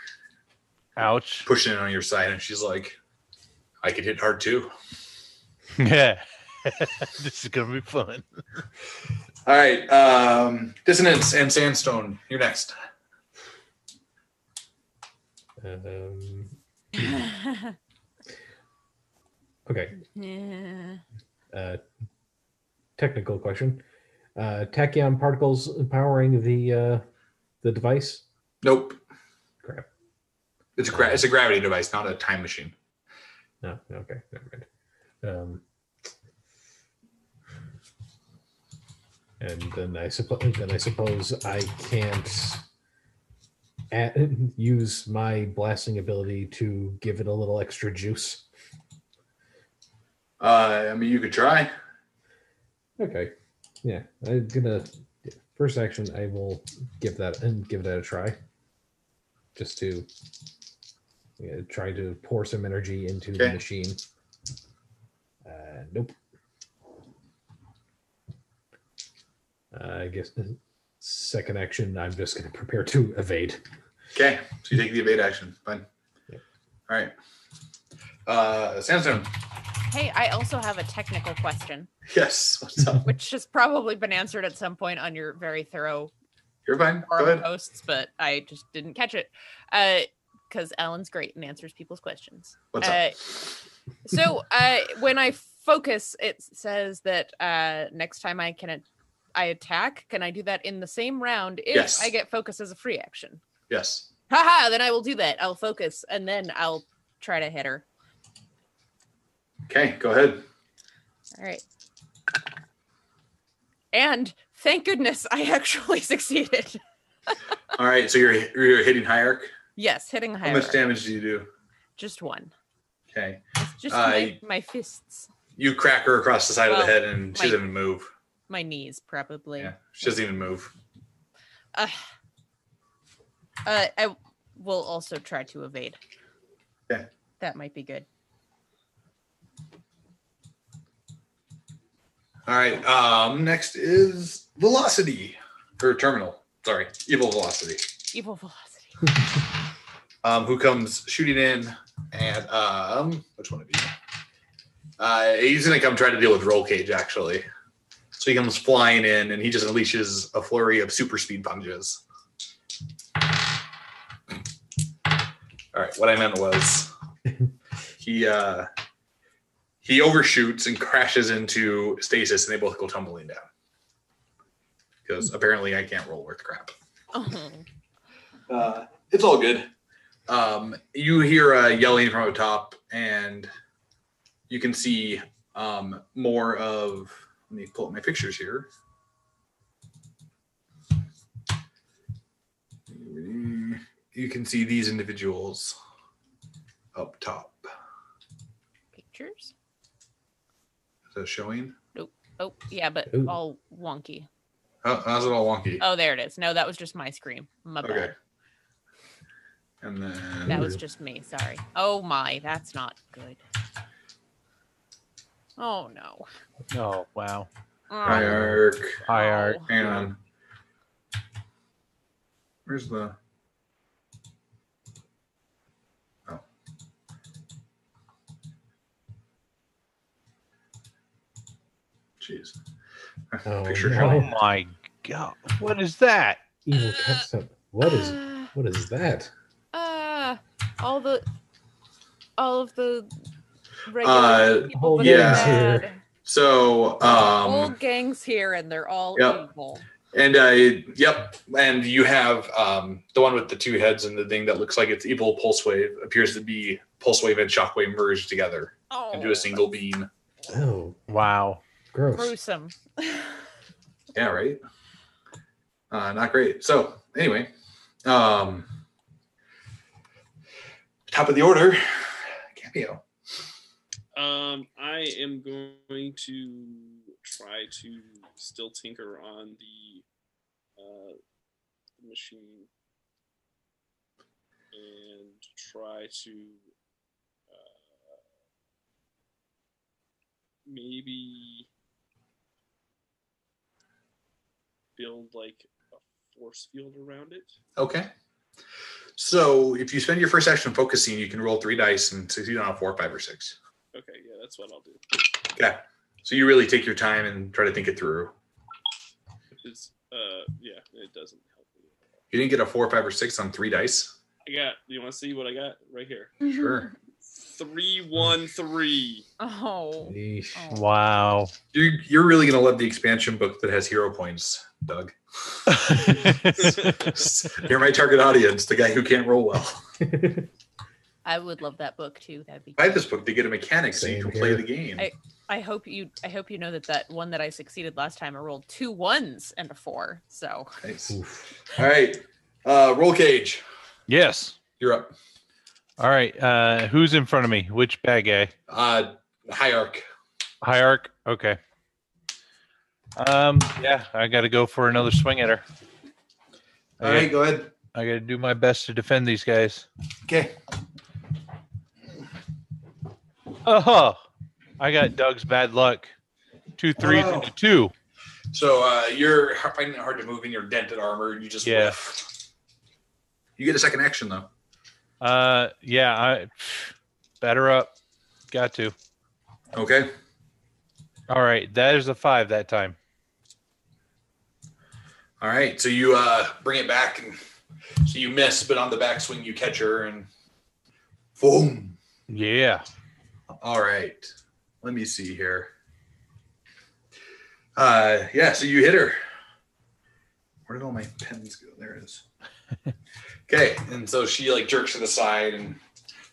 Speaker 4: ouch.
Speaker 2: pushing it on your side. And she's like, "I could hit hard too."
Speaker 4: Yeah, this is gonna be fun.
Speaker 2: All right, um, dissonance and sandstone. You're next.
Speaker 3: Um, okay.
Speaker 5: Yeah.
Speaker 3: Uh, technical question. uh, tachyon particles powering the uh, the device?
Speaker 2: Nope.
Speaker 3: Crap.
Speaker 2: It's a gra- it's a gravity device, not a time machine.
Speaker 3: No. Okay. Never mind. Um, and then I suppose then I suppose I can't add, use my blasting ability to give it a little extra juice.
Speaker 2: Uh, I mean, you could try.
Speaker 3: Okay. Yeah, I'm gonna yeah, first action. I will give that and give that a try, just to yeah, try to pour some energy into the
Speaker 2: Okay.
Speaker 3: machine. Uh, nope. Uh, I guess the second action. I'm just gonna prepare to evade.
Speaker 2: Okay, so you take the evade action. Fine.
Speaker 3: Yep.
Speaker 2: All right. Uh, Samson.
Speaker 5: Hey, I also have a technical question,
Speaker 2: Yes. What's up?
Speaker 5: which has probably been answered at some point on your very thorough
Speaker 2: You're fine. Go
Speaker 5: forum
Speaker 2: ahead.
Speaker 5: posts, but I just didn't catch it. Uh, because Alan's great and answers people's questions.
Speaker 2: What's up?
Speaker 5: Uh, so uh, when I focus, it says that uh, next time I can, I attack. Can I do that in the same round if
Speaker 2: Yes.
Speaker 5: I get focus as a free action?
Speaker 2: Yes.
Speaker 5: Haha! Then I will do that. I'll focus and then I'll try to hit her.
Speaker 2: Okay, go ahead.
Speaker 5: All right. And thank goodness I actually succeeded.
Speaker 2: All right, so you're you're hitting hierarch.
Speaker 5: Yes, hitting
Speaker 2: How much
Speaker 5: higher.
Speaker 2: damage do you do?
Speaker 5: Just one.
Speaker 2: Okay,
Speaker 5: It's just
Speaker 2: I-
Speaker 5: my, my fists,
Speaker 2: you crack her across the side of
Speaker 5: Well,
Speaker 2: the head, and she
Speaker 5: my-
Speaker 2: doesn't even move.
Speaker 5: my knees, probably.
Speaker 2: Yeah, she doesn't even move.
Speaker 5: Ugh. Uh, I will also try to evade.
Speaker 2: Okay.
Speaker 5: That might be good.
Speaker 2: All right. Um, next is velocity or terminal. Sorry, evil velocity.
Speaker 5: Evil velocity.
Speaker 2: Um, who comes shooting in and um, which one of you? Uh, he's gonna come try to deal with roll cage actually. So he comes flying in and he just unleashes a flurry of super speed punches. All right, what I meant was he uh, he overshoots and crashes into stasis, and they both go tumbling down. Because apparently I can't roll worth crap.
Speaker 5: Oh,
Speaker 2: Uh, it's all good. Um, you hear uh, yelling from up top, and you can see um, more of. Let me pull up my pictures here. You can see these individuals up top.
Speaker 5: pictures?
Speaker 2: Is that showing?
Speaker 5: Oh, yeah, but
Speaker 3: Ooh.
Speaker 5: all wonky.
Speaker 2: Oh, how's it all wonky?
Speaker 5: Oh, there it is. No, that was just my scream. My bad.
Speaker 2: okay. And then
Speaker 5: That was
Speaker 3: Mm-hmm.
Speaker 5: just me. Sorry. Oh my, that's not good. Oh no.
Speaker 4: Oh wow.
Speaker 5: Oh,
Speaker 2: hierarch.
Speaker 4: Hi art.
Speaker 5: no.
Speaker 2: Hang on. Where's the? Oh. Jeez.
Speaker 3: Oh,
Speaker 2: Picture
Speaker 4: Oh
Speaker 3: no.
Speaker 4: my god. What is that?
Speaker 3: Evil cat's up. What is
Speaker 5: Ah,
Speaker 3: what is that?
Speaker 5: ah, all the all of the regular
Speaker 2: Uh,
Speaker 5: people, but
Speaker 2: yeah.
Speaker 5: they're bad.
Speaker 2: So,
Speaker 5: whole
Speaker 2: um,
Speaker 5: gangs here and they're all
Speaker 2: Yep.
Speaker 5: evil.
Speaker 2: and uh, yep, and you have um the one with the two heads and the thing that looks like it's evil pulse wave appears to be pulse wave and shockwave merged together
Speaker 5: Oh,
Speaker 2: into a single beam.
Speaker 3: Oh,
Speaker 4: Wow.
Speaker 3: gross.
Speaker 5: gruesome.
Speaker 2: Yeah, right. Uh, not great. So anyway, um, top of the order, cameo.
Speaker 1: Um, I am going to try to still tinker on the uh, machine and try to uh, maybe build like a force field around it.
Speaker 2: Okay. So if you spend your first action focusing, you can roll three dice and succeed on a four, five, or six.
Speaker 1: Okay, yeah, that's what I'll do.
Speaker 2: Okay. So you really take your time and try to think it through.
Speaker 1: It's uh, yeah, it doesn't help me.
Speaker 2: You didn't get a four, five, or six on three dice.
Speaker 1: I got. You want to see what I got right here?
Speaker 2: Sure.
Speaker 1: Three one three.
Speaker 5: Oh.
Speaker 3: Eesh.
Speaker 5: oh.
Speaker 4: Wow.
Speaker 2: You're, you're really going to love the expansion book that has hero points, Doug. You're my target audience, the guy who can't roll well.
Speaker 5: I would love that book too. That'd be.
Speaker 2: Buy this book to get a mechanic so you
Speaker 3: Same
Speaker 2: can
Speaker 3: here.
Speaker 2: play the game.
Speaker 5: I hope you. I hope you know that that one that I succeeded last time. I rolled two ones and a four. So
Speaker 2: Nice.
Speaker 3: Oof.
Speaker 2: All right. Uh, roll cage.
Speaker 4: yes.
Speaker 2: You're up.
Speaker 4: All right. Uh, who's in front of me? Which bad guy?
Speaker 2: Uh, Hierarch.
Speaker 4: Hierarch. Okay. Um. Yeah, I got to go for another swing at her. I
Speaker 2: All
Speaker 4: got-
Speaker 2: right, go ahead.
Speaker 4: I got to do my best to defend these guys.
Speaker 2: Okay.
Speaker 4: Oh, huh. I got Doug's bad luck. Two threes
Speaker 2: Oh.
Speaker 4: and a two.
Speaker 2: So uh, you're h- finding it hard to move in your dented armor. You just
Speaker 4: Yeah.
Speaker 2: whiff. You get a second action though.
Speaker 4: Uh, yeah. I better up. Got to.
Speaker 2: Okay.
Speaker 4: All right. That is a five that time.
Speaker 2: All right. So you uh, bring it back, and so you miss, but on the backswing you catch her and boom.
Speaker 4: Yeah.
Speaker 2: All right. Let me see here. Uh, yeah. So you hit her. Where did all my pens go? There it is. okay. And so she like jerks to the side, and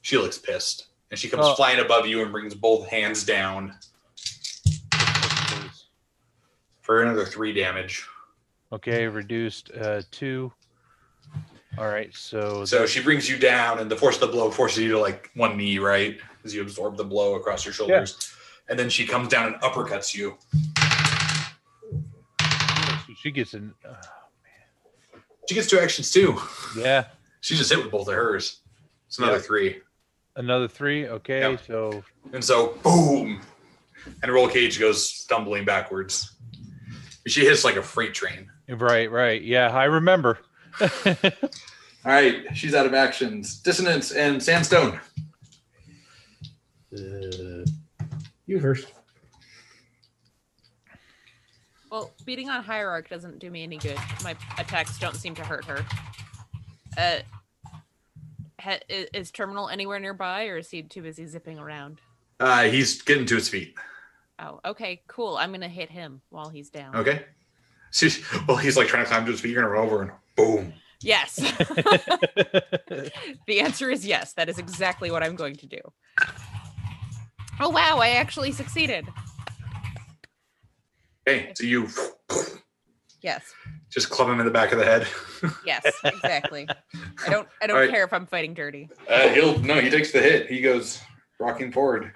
Speaker 2: she looks pissed, and she comes
Speaker 4: Oh.
Speaker 2: flying above you and brings both hands down. for another three damage.
Speaker 4: Okay. Reduced uh, two. All right. So,
Speaker 2: So she brings you down, and the force of the blow forces you to like one knee, right? As you absorb the blow across your shoulders. And then she comes down and uppercuts you.
Speaker 4: she gets an. Uh,
Speaker 2: She gets two actions too.
Speaker 4: yeah.
Speaker 2: She just hit with both of hers. It's another
Speaker 4: Yeah.
Speaker 2: three.
Speaker 4: Another three. Okay.
Speaker 2: Yeah.
Speaker 4: So
Speaker 2: And so, boom. And Roll Cage goes stumbling backwards. She hits like a freight train.
Speaker 4: Right, right. Yeah, I remember.
Speaker 2: All right. She's out of actions. Dissonance and Sandstone.
Speaker 3: Uh, you first.
Speaker 5: Well, beating on Hierarch doesn't do me any good. My attacks don't seem to hurt her. Uh, ha- i- is Terminal anywhere nearby, or is he too busy zipping around?
Speaker 2: Uh, he's getting to his feet.
Speaker 5: Oh, okay, cool. I'm gonna hit him while he's down.
Speaker 2: Okay. She, well, he's like trying to climb to his feet. You're going to run over and boom.
Speaker 5: Yes. the answer is yes. That is exactly what I'm going to do. Oh wow! I actually succeeded.
Speaker 2: Okay. So you
Speaker 5: Yes.
Speaker 2: just club him in the back of the head.
Speaker 5: Yes. Exactly. I don't. I don't
Speaker 2: All right.
Speaker 5: care if I'm fighting dirty.
Speaker 2: Uh, he'll no, he takes the hit. He goes rocking forward.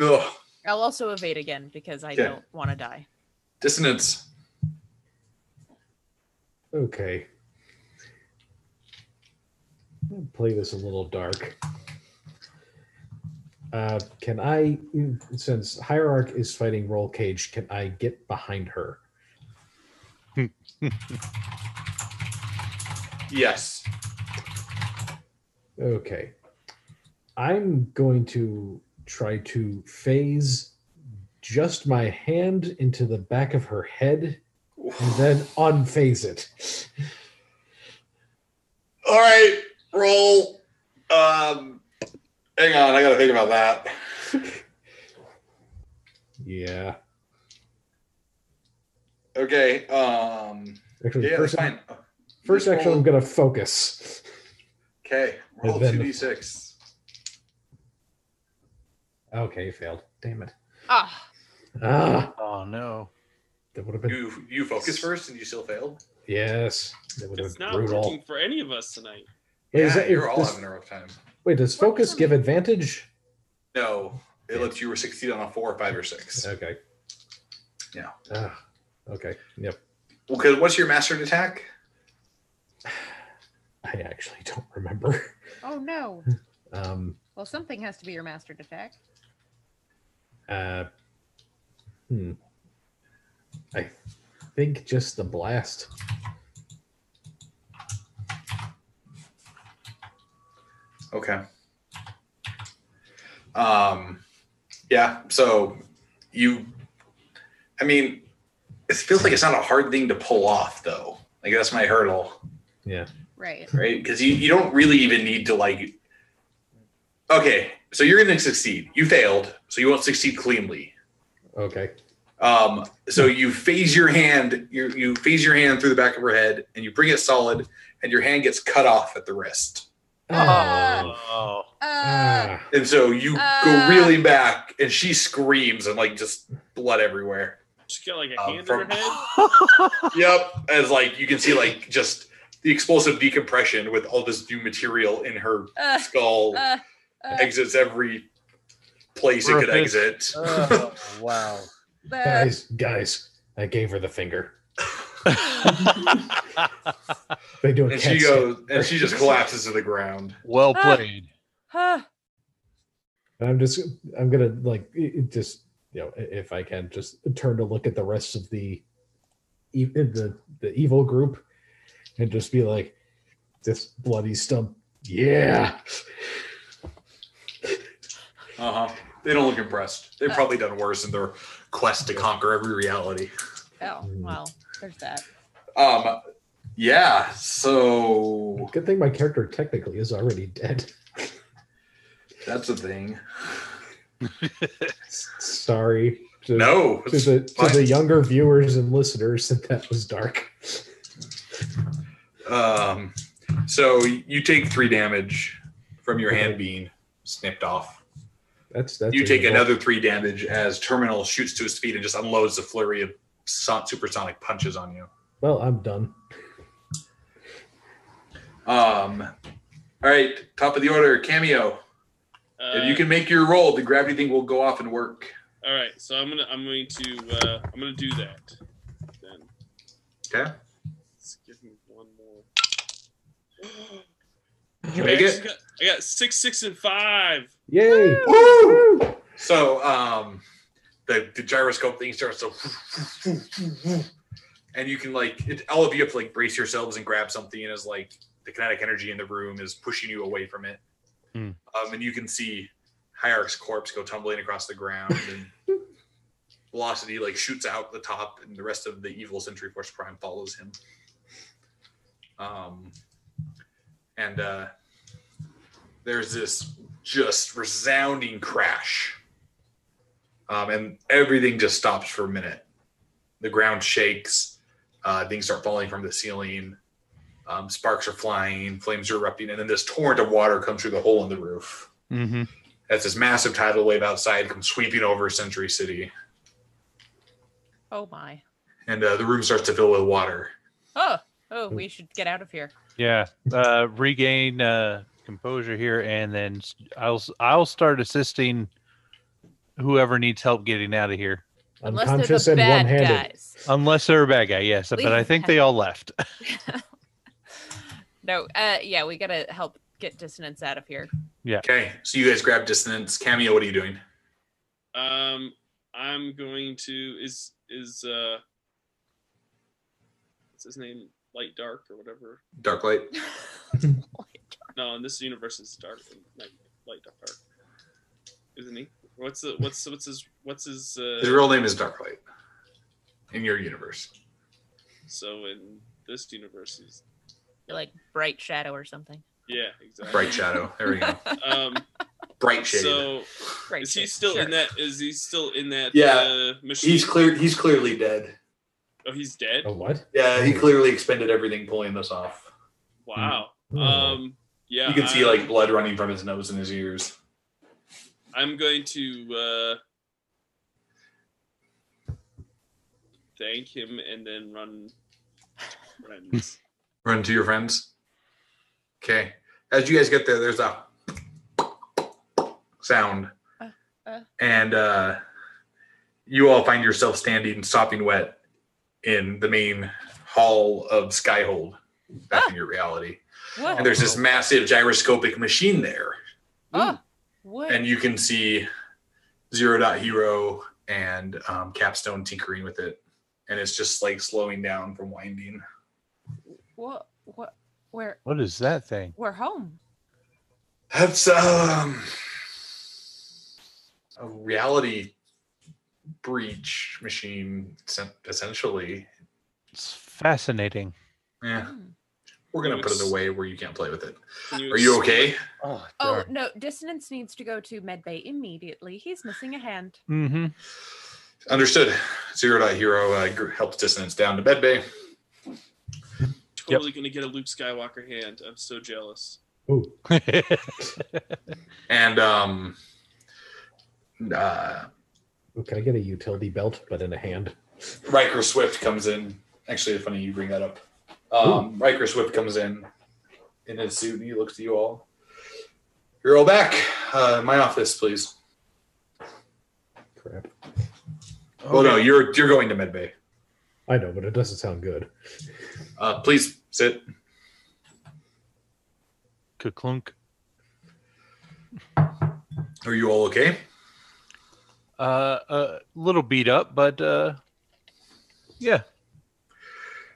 Speaker 2: Ugh,
Speaker 5: I'll also evade again because I
Speaker 2: Yeah.
Speaker 5: don't want to die.
Speaker 2: dissonance.
Speaker 3: Okay. I'll play this a little dark. Uh, can I, since Hierarch is fighting Roll Cage, can I get behind her?
Speaker 2: Yes.
Speaker 3: Okay. I'm going to try to phase just my hand into the back of her head and then unphase it.
Speaker 2: All right, roll. Um, hang on, I gotta think about that.
Speaker 3: Yeah.
Speaker 2: Okay. Um,
Speaker 3: Actually,
Speaker 2: yeah, that's
Speaker 3: first,
Speaker 2: fine.
Speaker 3: first
Speaker 2: Just
Speaker 3: actually,
Speaker 2: roll.
Speaker 3: I'm going to focus.
Speaker 2: Okay, roll
Speaker 3: And then-
Speaker 2: two d six.
Speaker 3: Okay, failed. Damn it.
Speaker 5: Ah.
Speaker 3: Ah,
Speaker 4: oh no.
Speaker 3: that would have been.
Speaker 2: You you focus first, and you still failed.
Speaker 3: Yes, that would have
Speaker 1: It's
Speaker 3: been
Speaker 1: not
Speaker 3: brutal.
Speaker 1: working for any of us tonight.
Speaker 3: Wait,
Speaker 2: Yeah,
Speaker 3: is that-
Speaker 2: you're all
Speaker 3: does-
Speaker 2: having a rough time.
Speaker 3: wait, does focus give advantage?
Speaker 2: No, it lets you succeed on a four, five, or six.
Speaker 3: Okay.
Speaker 2: Yeah.
Speaker 3: Ah, okay. Yep.
Speaker 2: Well, because what's your mastered attack?
Speaker 3: I actually don't remember.
Speaker 5: Oh no.
Speaker 3: Um,
Speaker 5: Well, something has to be your mastered attack.
Speaker 3: Uh, hmm. I think just the blast.
Speaker 2: Okay. Um, yeah. So you, I mean, it feels like it's not a hard thing to pull off, though. Like that's my hurdle,
Speaker 3: Yeah.
Speaker 5: Right.
Speaker 2: right? Because you, you don't really even need to like Okay, so you're going to succeed. You failed, so you won't succeed cleanly.
Speaker 3: Okay.
Speaker 2: Um, so you phase your hand, you you phase your hand through the back of her head, and you bring it solid, and your hand gets cut off at the wrist.
Speaker 5: Ah.
Speaker 4: Oh,
Speaker 5: Uh,
Speaker 3: Ah.
Speaker 2: And so you go
Speaker 5: Ah.
Speaker 2: reeling back, and she screams and like just blood everywhere.
Speaker 1: She's got like a
Speaker 2: Uh,
Speaker 1: hand
Speaker 2: from-
Speaker 1: in her head.
Speaker 2: Yep, as like you can see like just the explosive decompression with all this new material in her
Speaker 5: uh,
Speaker 2: skull
Speaker 5: uh, uh,
Speaker 2: exits every place it could
Speaker 4: Orifice.
Speaker 2: exit.
Speaker 4: oh wow.
Speaker 5: uh,
Speaker 3: guys, guys, I gave her the finger. They do a
Speaker 2: and
Speaker 3: cat
Speaker 2: she
Speaker 3: scan.
Speaker 2: goes and she just collapses to the ground.
Speaker 4: well
Speaker 5: Ah.
Speaker 4: played.
Speaker 5: huh.
Speaker 3: And I'm just, I'm gonna like it- it just, you know, i- if I can, just turn to look at the rest of the, e- the the evil group, and just be like, this bloody stump. Yeah,
Speaker 2: Uh huh. They don't look impressed. They've probably done worse in their quest to conquer every reality.
Speaker 5: Oh, well, there's that.
Speaker 2: Um, yeah. So
Speaker 3: good thing my character technically is already dead.
Speaker 2: that's a thing.
Speaker 3: Sorry. To,
Speaker 2: No,
Speaker 3: To
Speaker 2: it's
Speaker 3: the, to
Speaker 2: fine.
Speaker 3: the younger viewers and listeners, that that was dark.
Speaker 2: Um, so you take three damage from your hand being snipped off.
Speaker 3: That's that's.
Speaker 2: You take
Speaker 3: evil.
Speaker 2: another three damage as Terminal shoots to his feet and just unloads a flurry of son- supersonic punches on you.
Speaker 3: Well, I'm done.
Speaker 2: Um, all right, top of the order, cameo.
Speaker 1: Uh,
Speaker 2: if you can make your roll, the gravity thing will go off and work.
Speaker 1: All right, so I'm gonna I'm going to uh, I'm gonna do that. Then
Speaker 2: Okay,
Speaker 1: let's give me one more.
Speaker 2: you
Speaker 1: I
Speaker 2: make
Speaker 1: actually
Speaker 2: it.
Speaker 1: got- I got six, six, and five.
Speaker 3: Yay!
Speaker 2: Woo! So um, the, the gyroscope thing starts to, and you can like it, all of you have to like brace yourselves and grab something as like the kinetic energy in the room is pushing you away from it.
Speaker 4: Hmm.
Speaker 2: Um, and you can see Hierarch's corpse go tumbling across the ground, and Velocity like shoots out the top, and the rest of the evil Century Force Prime follows him. Um, and uh, there's this just resounding crash. Um, and everything just stops for a minute. The ground shakes. Uh, things start falling from the ceiling. Um, sparks are flying. Flames are erupting. And then this torrent of water comes through the hole in the roof.
Speaker 4: Mm-hmm.
Speaker 2: As this massive tidal wave outside comes sweeping over Century City.
Speaker 5: Oh my.
Speaker 2: And uh, the room starts to fill with water.
Speaker 5: Oh, oh, we should get out of here.
Speaker 4: Yeah. Uh, regain uh, composure here, and then s- I'll s- I'll start assisting whoever needs help getting out of here.
Speaker 5: Unless
Speaker 3: Unconscious
Speaker 5: they're
Speaker 3: and
Speaker 5: the bad
Speaker 3: one-handed.
Speaker 5: guys.
Speaker 4: Unless they're a bad guy, yes.
Speaker 5: We-
Speaker 4: But I think they all left.
Speaker 5: No, uh, yeah, we gotta help get dissonance out of here.
Speaker 2: Okay. So you guys grab dissonance. Cameo, what are you doing?
Speaker 1: Um, I'm going to is is uh, what's his name? Light dark or whatever.
Speaker 2: Dark light.
Speaker 1: No, in this universe it's dark and light, light dark, isn't he? What's the what's what's his what's his
Speaker 2: His
Speaker 1: uh,
Speaker 2: real name is Dark Light in your universe.
Speaker 1: so in this universe he's
Speaker 5: You're like bright shadow or something.
Speaker 1: yeah exactly
Speaker 2: Bright Shadow. There we go.
Speaker 1: um
Speaker 2: Bright Shade.
Speaker 1: so
Speaker 5: Right.
Speaker 1: is he still in that is he still in that
Speaker 2: Yeah.
Speaker 1: uh, machine
Speaker 2: He's clear. He's clearly dead.
Speaker 1: oh he's dead
Speaker 3: A what?
Speaker 2: Yeah, he clearly expended everything pulling this off.
Speaker 1: wow
Speaker 3: Hmm.
Speaker 1: um yeah
Speaker 2: you can see
Speaker 1: I'm-
Speaker 2: like blood running from his nose and his ears.
Speaker 1: I'm going to uh thank him and then run friends
Speaker 2: Run to your friends. Okay. As you guys get there, there's a sound,
Speaker 5: Uh, uh.
Speaker 2: and uh, you all find yourself standing, sopping wet, in the main hall of Skyhold,
Speaker 5: Ah.
Speaker 2: back in your reality.
Speaker 5: What?
Speaker 2: And there's this massive gyroscopic machine there.
Speaker 5: Oh, what?
Speaker 2: and you can see zero dot hero and um, capstone tinkering with it and it's just like slowing down from winding
Speaker 5: What? What? We're
Speaker 4: What is that thing?
Speaker 5: we're home.
Speaker 2: that's um a reality breach machine sen- essentially
Speaker 4: It's fascinating.
Speaker 2: yeah
Speaker 5: Hmm.
Speaker 2: We're gonna
Speaker 1: You
Speaker 2: put it
Speaker 1: ex-
Speaker 2: away where you can't play with it.
Speaker 1: Can
Speaker 2: Are you
Speaker 1: ex-
Speaker 2: okay?
Speaker 4: Oh,
Speaker 5: Oh no, dissonance needs to go to medbay immediately. He's missing a hand.
Speaker 4: Mm-hmm.
Speaker 2: Understood. Zero dot hero uh, gr- helps dissonance down to bed bay.
Speaker 1: Totally gonna get a Luke Skywalker hand. I'm so jealous.
Speaker 3: Ooh,
Speaker 2: And um uh
Speaker 3: ooh, can I get a utility belt, but in a hand?
Speaker 2: Riker Swift comes in. Actually, funny you bring that up. Um, Riker Swift comes in in his suit. and He looks at you all. You're all back. Uh, my office, please.
Speaker 3: Crap.
Speaker 2: Oh no, you're you're going to medbay.
Speaker 3: I know, but it doesn't sound good.
Speaker 2: Uh, please sit.
Speaker 4: Ka-clunk.
Speaker 2: Are you all okay?
Speaker 4: Uh, a little beat up, but uh, yeah.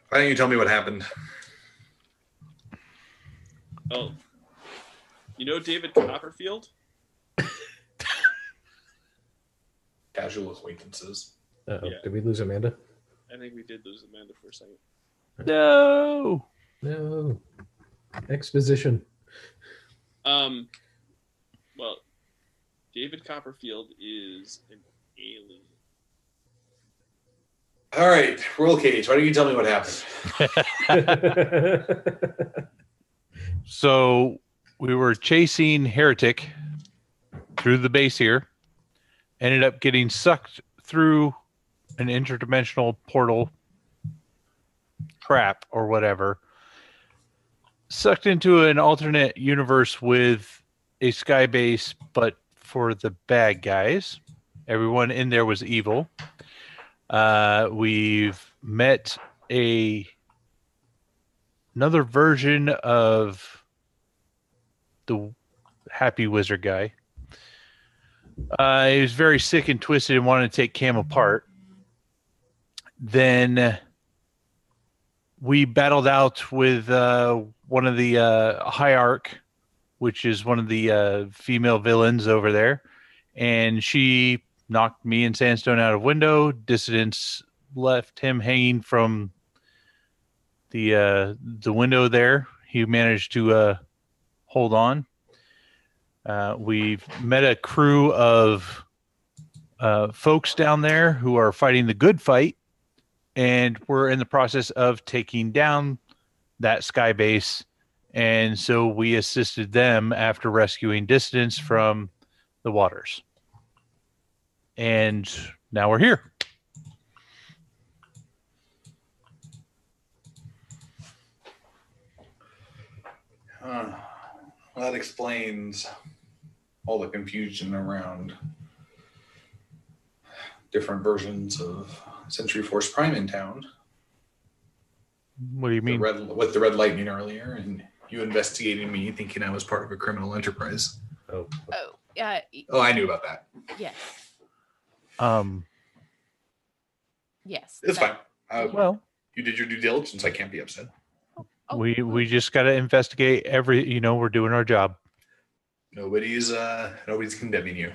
Speaker 2: Why don't you tell me what happened?
Speaker 1: Oh, you know David Copperfield?
Speaker 2: Casual acquaintances.
Speaker 3: Uh,
Speaker 1: Yeah.
Speaker 3: Did we lose Amanda?
Speaker 1: I think we did lose Amanda for a second.
Speaker 4: No.
Speaker 3: No. Exposition.
Speaker 1: Um, well, David Copperfield is an alien.
Speaker 2: All right, roll cage. Why don't you tell me what happened?
Speaker 4: So we were chasing Heretic through the base here, ended up getting sucked through an interdimensional portal crap or whatever, sucked into an alternate universe with a sky base, but for the bad guys. Everyone in there was evil. Uh, we've met a another version of the happy wizard guy. Uh, he was very sick and twisted and wanted to take Cam apart. Then we battled out with uh, one of the uh, Hierarch, which is one of the uh, female villains over there, and she knocked me and Sandstone out of window. Dissidents left him hanging from the uh, the window there. He managed to uh, hold on. Uh, we've met a crew of uh, folks down there who are fighting the good fight, and we're in the process of taking down that sky base. And so we assisted them after rescuing distance from the waters. And now we're here.
Speaker 2: Huh. Uh, That explains all the confusion around different versions of Century Force Prime in town.
Speaker 4: What do you
Speaker 2: The
Speaker 4: mean?
Speaker 2: red, with the red lightning earlier, and you investigating me, thinking I was part of a criminal enterprise.
Speaker 3: oh,
Speaker 5: Oh, yeah, y-
Speaker 2: Oh, I knew about that.
Speaker 5: yes,
Speaker 4: Um,
Speaker 5: yes.
Speaker 2: It's fine. Uh,
Speaker 5: that-
Speaker 4: well,
Speaker 2: you did your due diligence. I can't be upset.
Speaker 5: oh,
Speaker 4: we
Speaker 5: well,
Speaker 4: we just got to investigate every you know we're doing our job
Speaker 2: Nobody's uh, nobody's condemning you.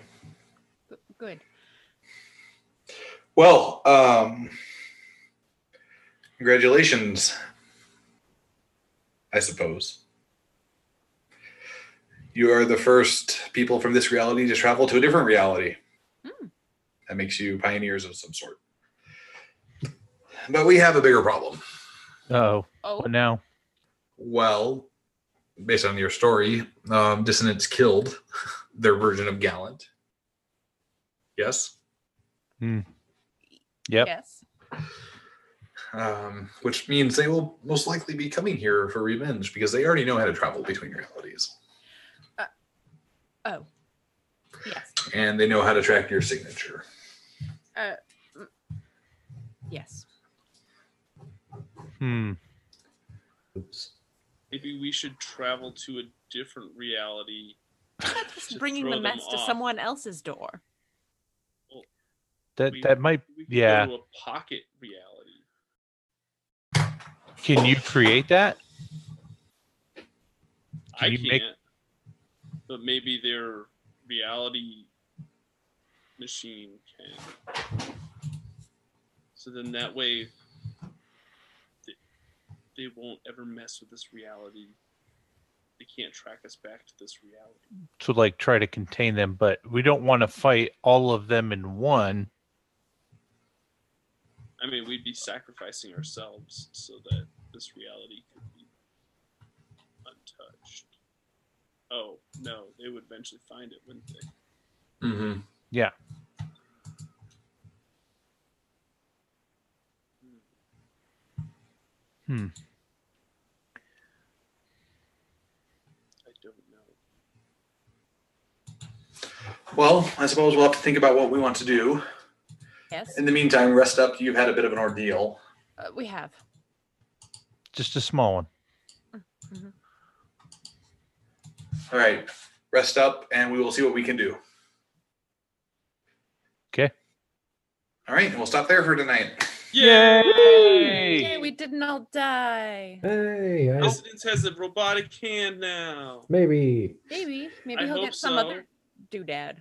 Speaker 5: g- good.
Speaker 2: Well, um, congratulations, I suppose. You are the first people from this reality to travel to a different reality.
Speaker 5: Hmm.
Speaker 2: That makes you pioneers of some sort. But we have a bigger problem.
Speaker 4: oh
Speaker 5: Oh,
Speaker 4: what now
Speaker 2: Well, based on your story, um, Dissonance killed their version of Gallant. Yes?
Speaker 4: Yep.
Speaker 5: yes.
Speaker 2: um, which means they will most likely be coming here for revenge because they already know how to travel between realities
Speaker 5: Oh, yes,
Speaker 2: and they know how to track your signature.
Speaker 5: yes.
Speaker 4: hmm
Speaker 3: oops.
Speaker 1: Maybe we should travel to a different reality.
Speaker 5: Not just
Speaker 1: To
Speaker 5: bringing the
Speaker 1: throw them
Speaker 5: mess to
Speaker 1: off.
Speaker 5: someone else's door.
Speaker 4: that
Speaker 1: We-
Speaker 4: that might
Speaker 1: We could
Speaker 4: yeah
Speaker 1: Go to a pocket reality.
Speaker 4: can you create that
Speaker 1: I
Speaker 4: Can you
Speaker 1: can't.
Speaker 4: make-
Speaker 1: But maybe their reality machine can. So then that way, th- they won't ever mess with this reality. They can't track us back to this reality.
Speaker 4: to like try to contain them, but we don't want to fight all of them in one.
Speaker 1: I mean, we'd be sacrificing ourselves so that this reality could be untouched. Oh no, they would eventually find it, wouldn't they?
Speaker 2: Mm-hmm.
Speaker 4: Yeah. Hmm.
Speaker 1: I don't know.
Speaker 2: Well, I suppose we'll have to think about what we want to do.
Speaker 5: Yes,
Speaker 2: In the meantime, rest up. You've had a bit of an ordeal.
Speaker 5: uh, we have.
Speaker 4: Just a small one.
Speaker 2: All right, rest up, and we will see what we can do.
Speaker 4: Okay.
Speaker 2: All right, and we'll stop there for tonight.
Speaker 1: Yay!
Speaker 5: Yay, we didn't all die.
Speaker 3: Hey, I-
Speaker 1: Presidents has a robotic hand now,
Speaker 3: maybe.
Speaker 5: Maybe, maybe
Speaker 1: I
Speaker 5: he'll
Speaker 1: hope
Speaker 5: get some
Speaker 1: so.
Speaker 5: other doodad.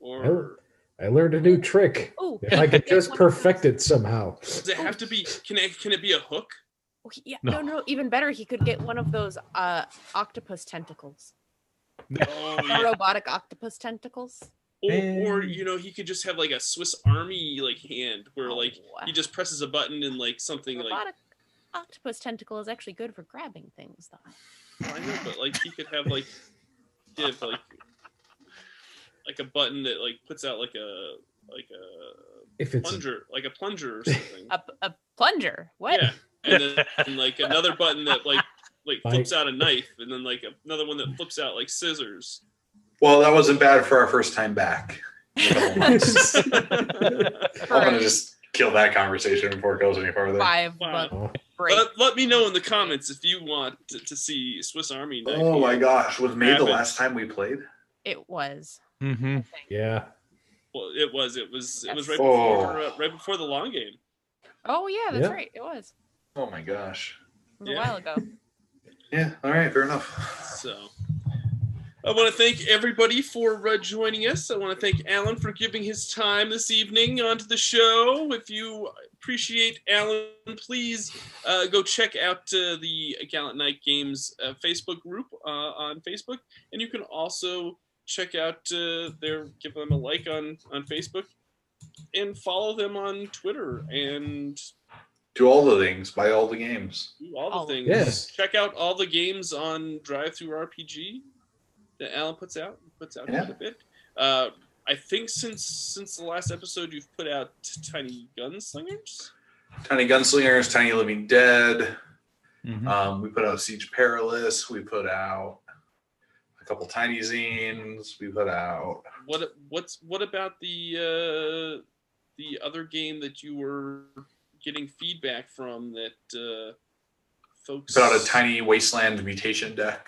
Speaker 1: or
Speaker 3: I learned a new trick.
Speaker 5: Oh,
Speaker 3: If I could just perfect it somehow.
Speaker 1: does it have to be? Can it can it be a hook?
Speaker 5: oh, he- yeah,
Speaker 4: No.
Speaker 5: no. no, even better. He could get one of those uh octopus tentacles,
Speaker 1: Oh
Speaker 5: The
Speaker 1: yeah.
Speaker 5: robotic octopus tentacles.
Speaker 1: Or, or you know, he could just have like a Swiss Army like hand where like
Speaker 5: Oh,
Speaker 1: he just presses a button and like something like
Speaker 5: robotic octopus tentacle is actually good for grabbing things, though.
Speaker 1: I know, but like he could have like give like like a button that like puts out like a like a
Speaker 3: If it's
Speaker 1: plunger like a plunger or something.
Speaker 5: A, p- a plunger. What?
Speaker 1: Yeah. And then and, like another button that like like
Speaker 3: Bite.
Speaker 1: flips out a knife and then like another one that flips out like scissors.
Speaker 2: Well, that wasn't bad for our first time back. in a couple months. I'm gonna just kill that conversation before it goes any farther.
Speaker 5: Five
Speaker 1: Wow.
Speaker 5: buck
Speaker 3: oh,
Speaker 5: break.
Speaker 1: Let, let me know in the comments if you want to, to see Swiss Army knife.
Speaker 2: Oh my gosh, was May the
Speaker 1: Happened.
Speaker 2: last time we played?
Speaker 5: It was.
Speaker 4: Mm-hmm.
Speaker 5: I think.
Speaker 3: yeah.
Speaker 1: Well, it was it was it was right
Speaker 5: Yes.
Speaker 2: Oh.
Speaker 1: before uh, right before the long game.
Speaker 5: Oh yeah, that's
Speaker 3: Yeah.
Speaker 5: right. It was.
Speaker 2: Oh my gosh.
Speaker 5: It was
Speaker 1: Yeah.
Speaker 5: a while ago.
Speaker 2: Yeah. All right. Fair enough.
Speaker 1: So I want to thank everybody for uh, joining us. I want to thank Alan for giving his time this evening onto the show. If you appreciate Alan, please uh, go check out uh, the Gallant Night Games uh, Facebook group uh, on Facebook, and you can also check out uh, their give them a like on on Facebook and follow them on Twitter and
Speaker 2: Do all the things. Buy all the games.
Speaker 1: do all the
Speaker 5: All of
Speaker 1: things.
Speaker 3: Yes.
Speaker 1: Check out all the games on Drive Through RPG that Alan puts out. He Puts out quite
Speaker 2: Yeah.
Speaker 1: a bit. Uh, I think since since the last episode, you've put out Tiny Gunslingers.
Speaker 2: Tiny Gunslingers, Tiny Living Dead.
Speaker 4: Mhm.
Speaker 2: Um, we put out Siege Perilous. We put out a couple tiny zines. We put out.
Speaker 1: What what's what about the uh, the other game that you were getting feedback from that uh,
Speaker 2: We
Speaker 1: folks
Speaker 2: put out a tiny Wasteland mutation deck.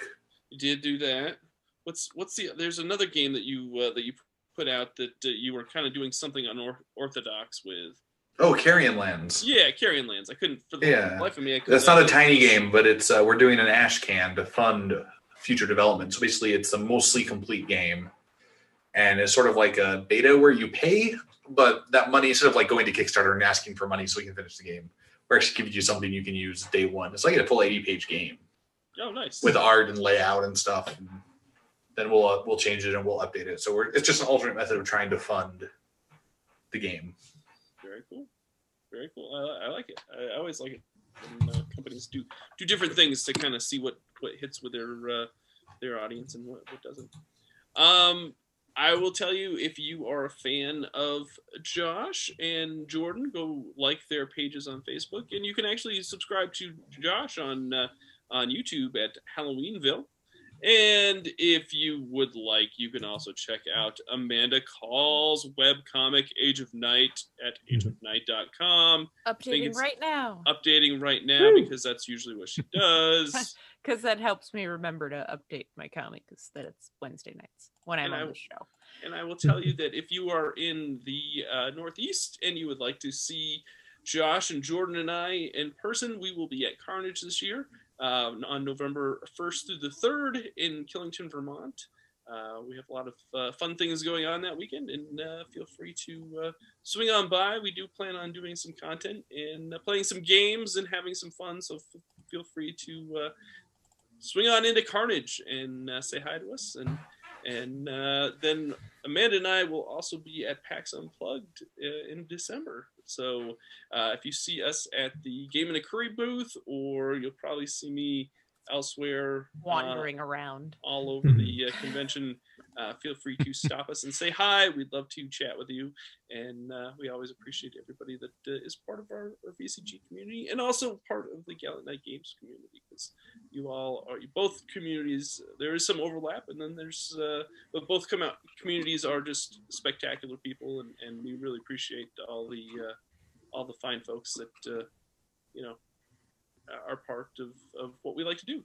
Speaker 1: You did do that. What's what's the? There's another game that you uh, that you put out that uh, you were kind of doing something unorthodox with.
Speaker 2: Oh, Carrion Lands.
Speaker 1: Yeah, Carrion Lands. I couldn't for the
Speaker 2: Yeah.
Speaker 1: life of me. I couldn't,
Speaker 2: That's not a tiny game, but it's uh, we're doing an ash can to fund future development. So basically, it's a mostly complete game, and it's sort of like a beta where you pay, but that money is sort of like going to Kickstarter and asking for money so we can finish the game. We're actually giving you something you can use day one. It's like a full eighty-page game
Speaker 1: Oh, nice.
Speaker 2: with art and layout and stuff. And then we'll uh, we'll change it and we'll update it. So we're it's just an alternate method of trying to fund the game.
Speaker 1: Very cool. Very cool. I, I like it. I, I always like it when uh, companies do do different things to kind of see what what hits with their uh, their audience and what, what doesn't. Um, I will tell you if you are a fan of Josh and Jordan, go like their pages on Facebook, and you can actually subscribe to Josh on uh, on YouTube at Halloweenville. And if you would like, you can also check out Amanda Call's webcomic Age of Night at ageofnight.com.
Speaker 5: Updating
Speaker 1: it's-
Speaker 5: right now
Speaker 1: Updating right now because that's usually what she does.
Speaker 5: because that helps me remember to update my comic. Is that it's Wednesday nights when I'm
Speaker 1: And I- uh,
Speaker 5: on the show.
Speaker 1: And I will tell you that if you are in the uh, Northeast and you would like to see Josh and Jordan and I in person, we will be at um, Carnage this year uh, on November 1st through the 3rd in Killington, Vermont. Uh, we have a lot of uh, fun things going on that weekend, and uh, feel free to uh, swing on by. We do plan on doing some content and uh, playing some games and having some fun, so f- feel free to uh, swing on into Carnage and uh, say hi to us. And and uh, then Amanda and I will also be at PAX Unplugged uh, in December. So uh, if you see us at the Game and a Curry booth, or you'll probably see me elsewhere uh,
Speaker 5: wandering around.
Speaker 1: all over the uh, convention, uh, feel free to stop us and say hi. We'd love to chat with you. And uh, we always appreciate everybody that uh, is part of our, our VCG community and also part of the Gallant Night Games community because you all are both communities. There is some overlap, and then there's, uh, but both come out communities are just spectacular people, and, and we really appreciate all the uh, all the fine folks that uh, you know are part of, of what we like to do.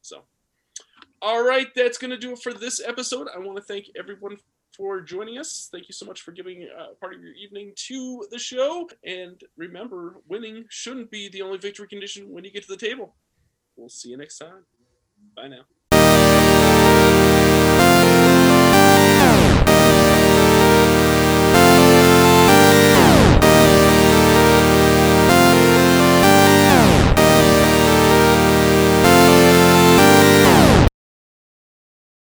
Speaker 1: So. All right, that's going to do it for this episode. I want to thank everyone for joining us. Thank you so much for giving uh, part of your evening to the show. And remember, winning shouldn't be the only victory condition when you get to the table. We'll see you next time. Bye now.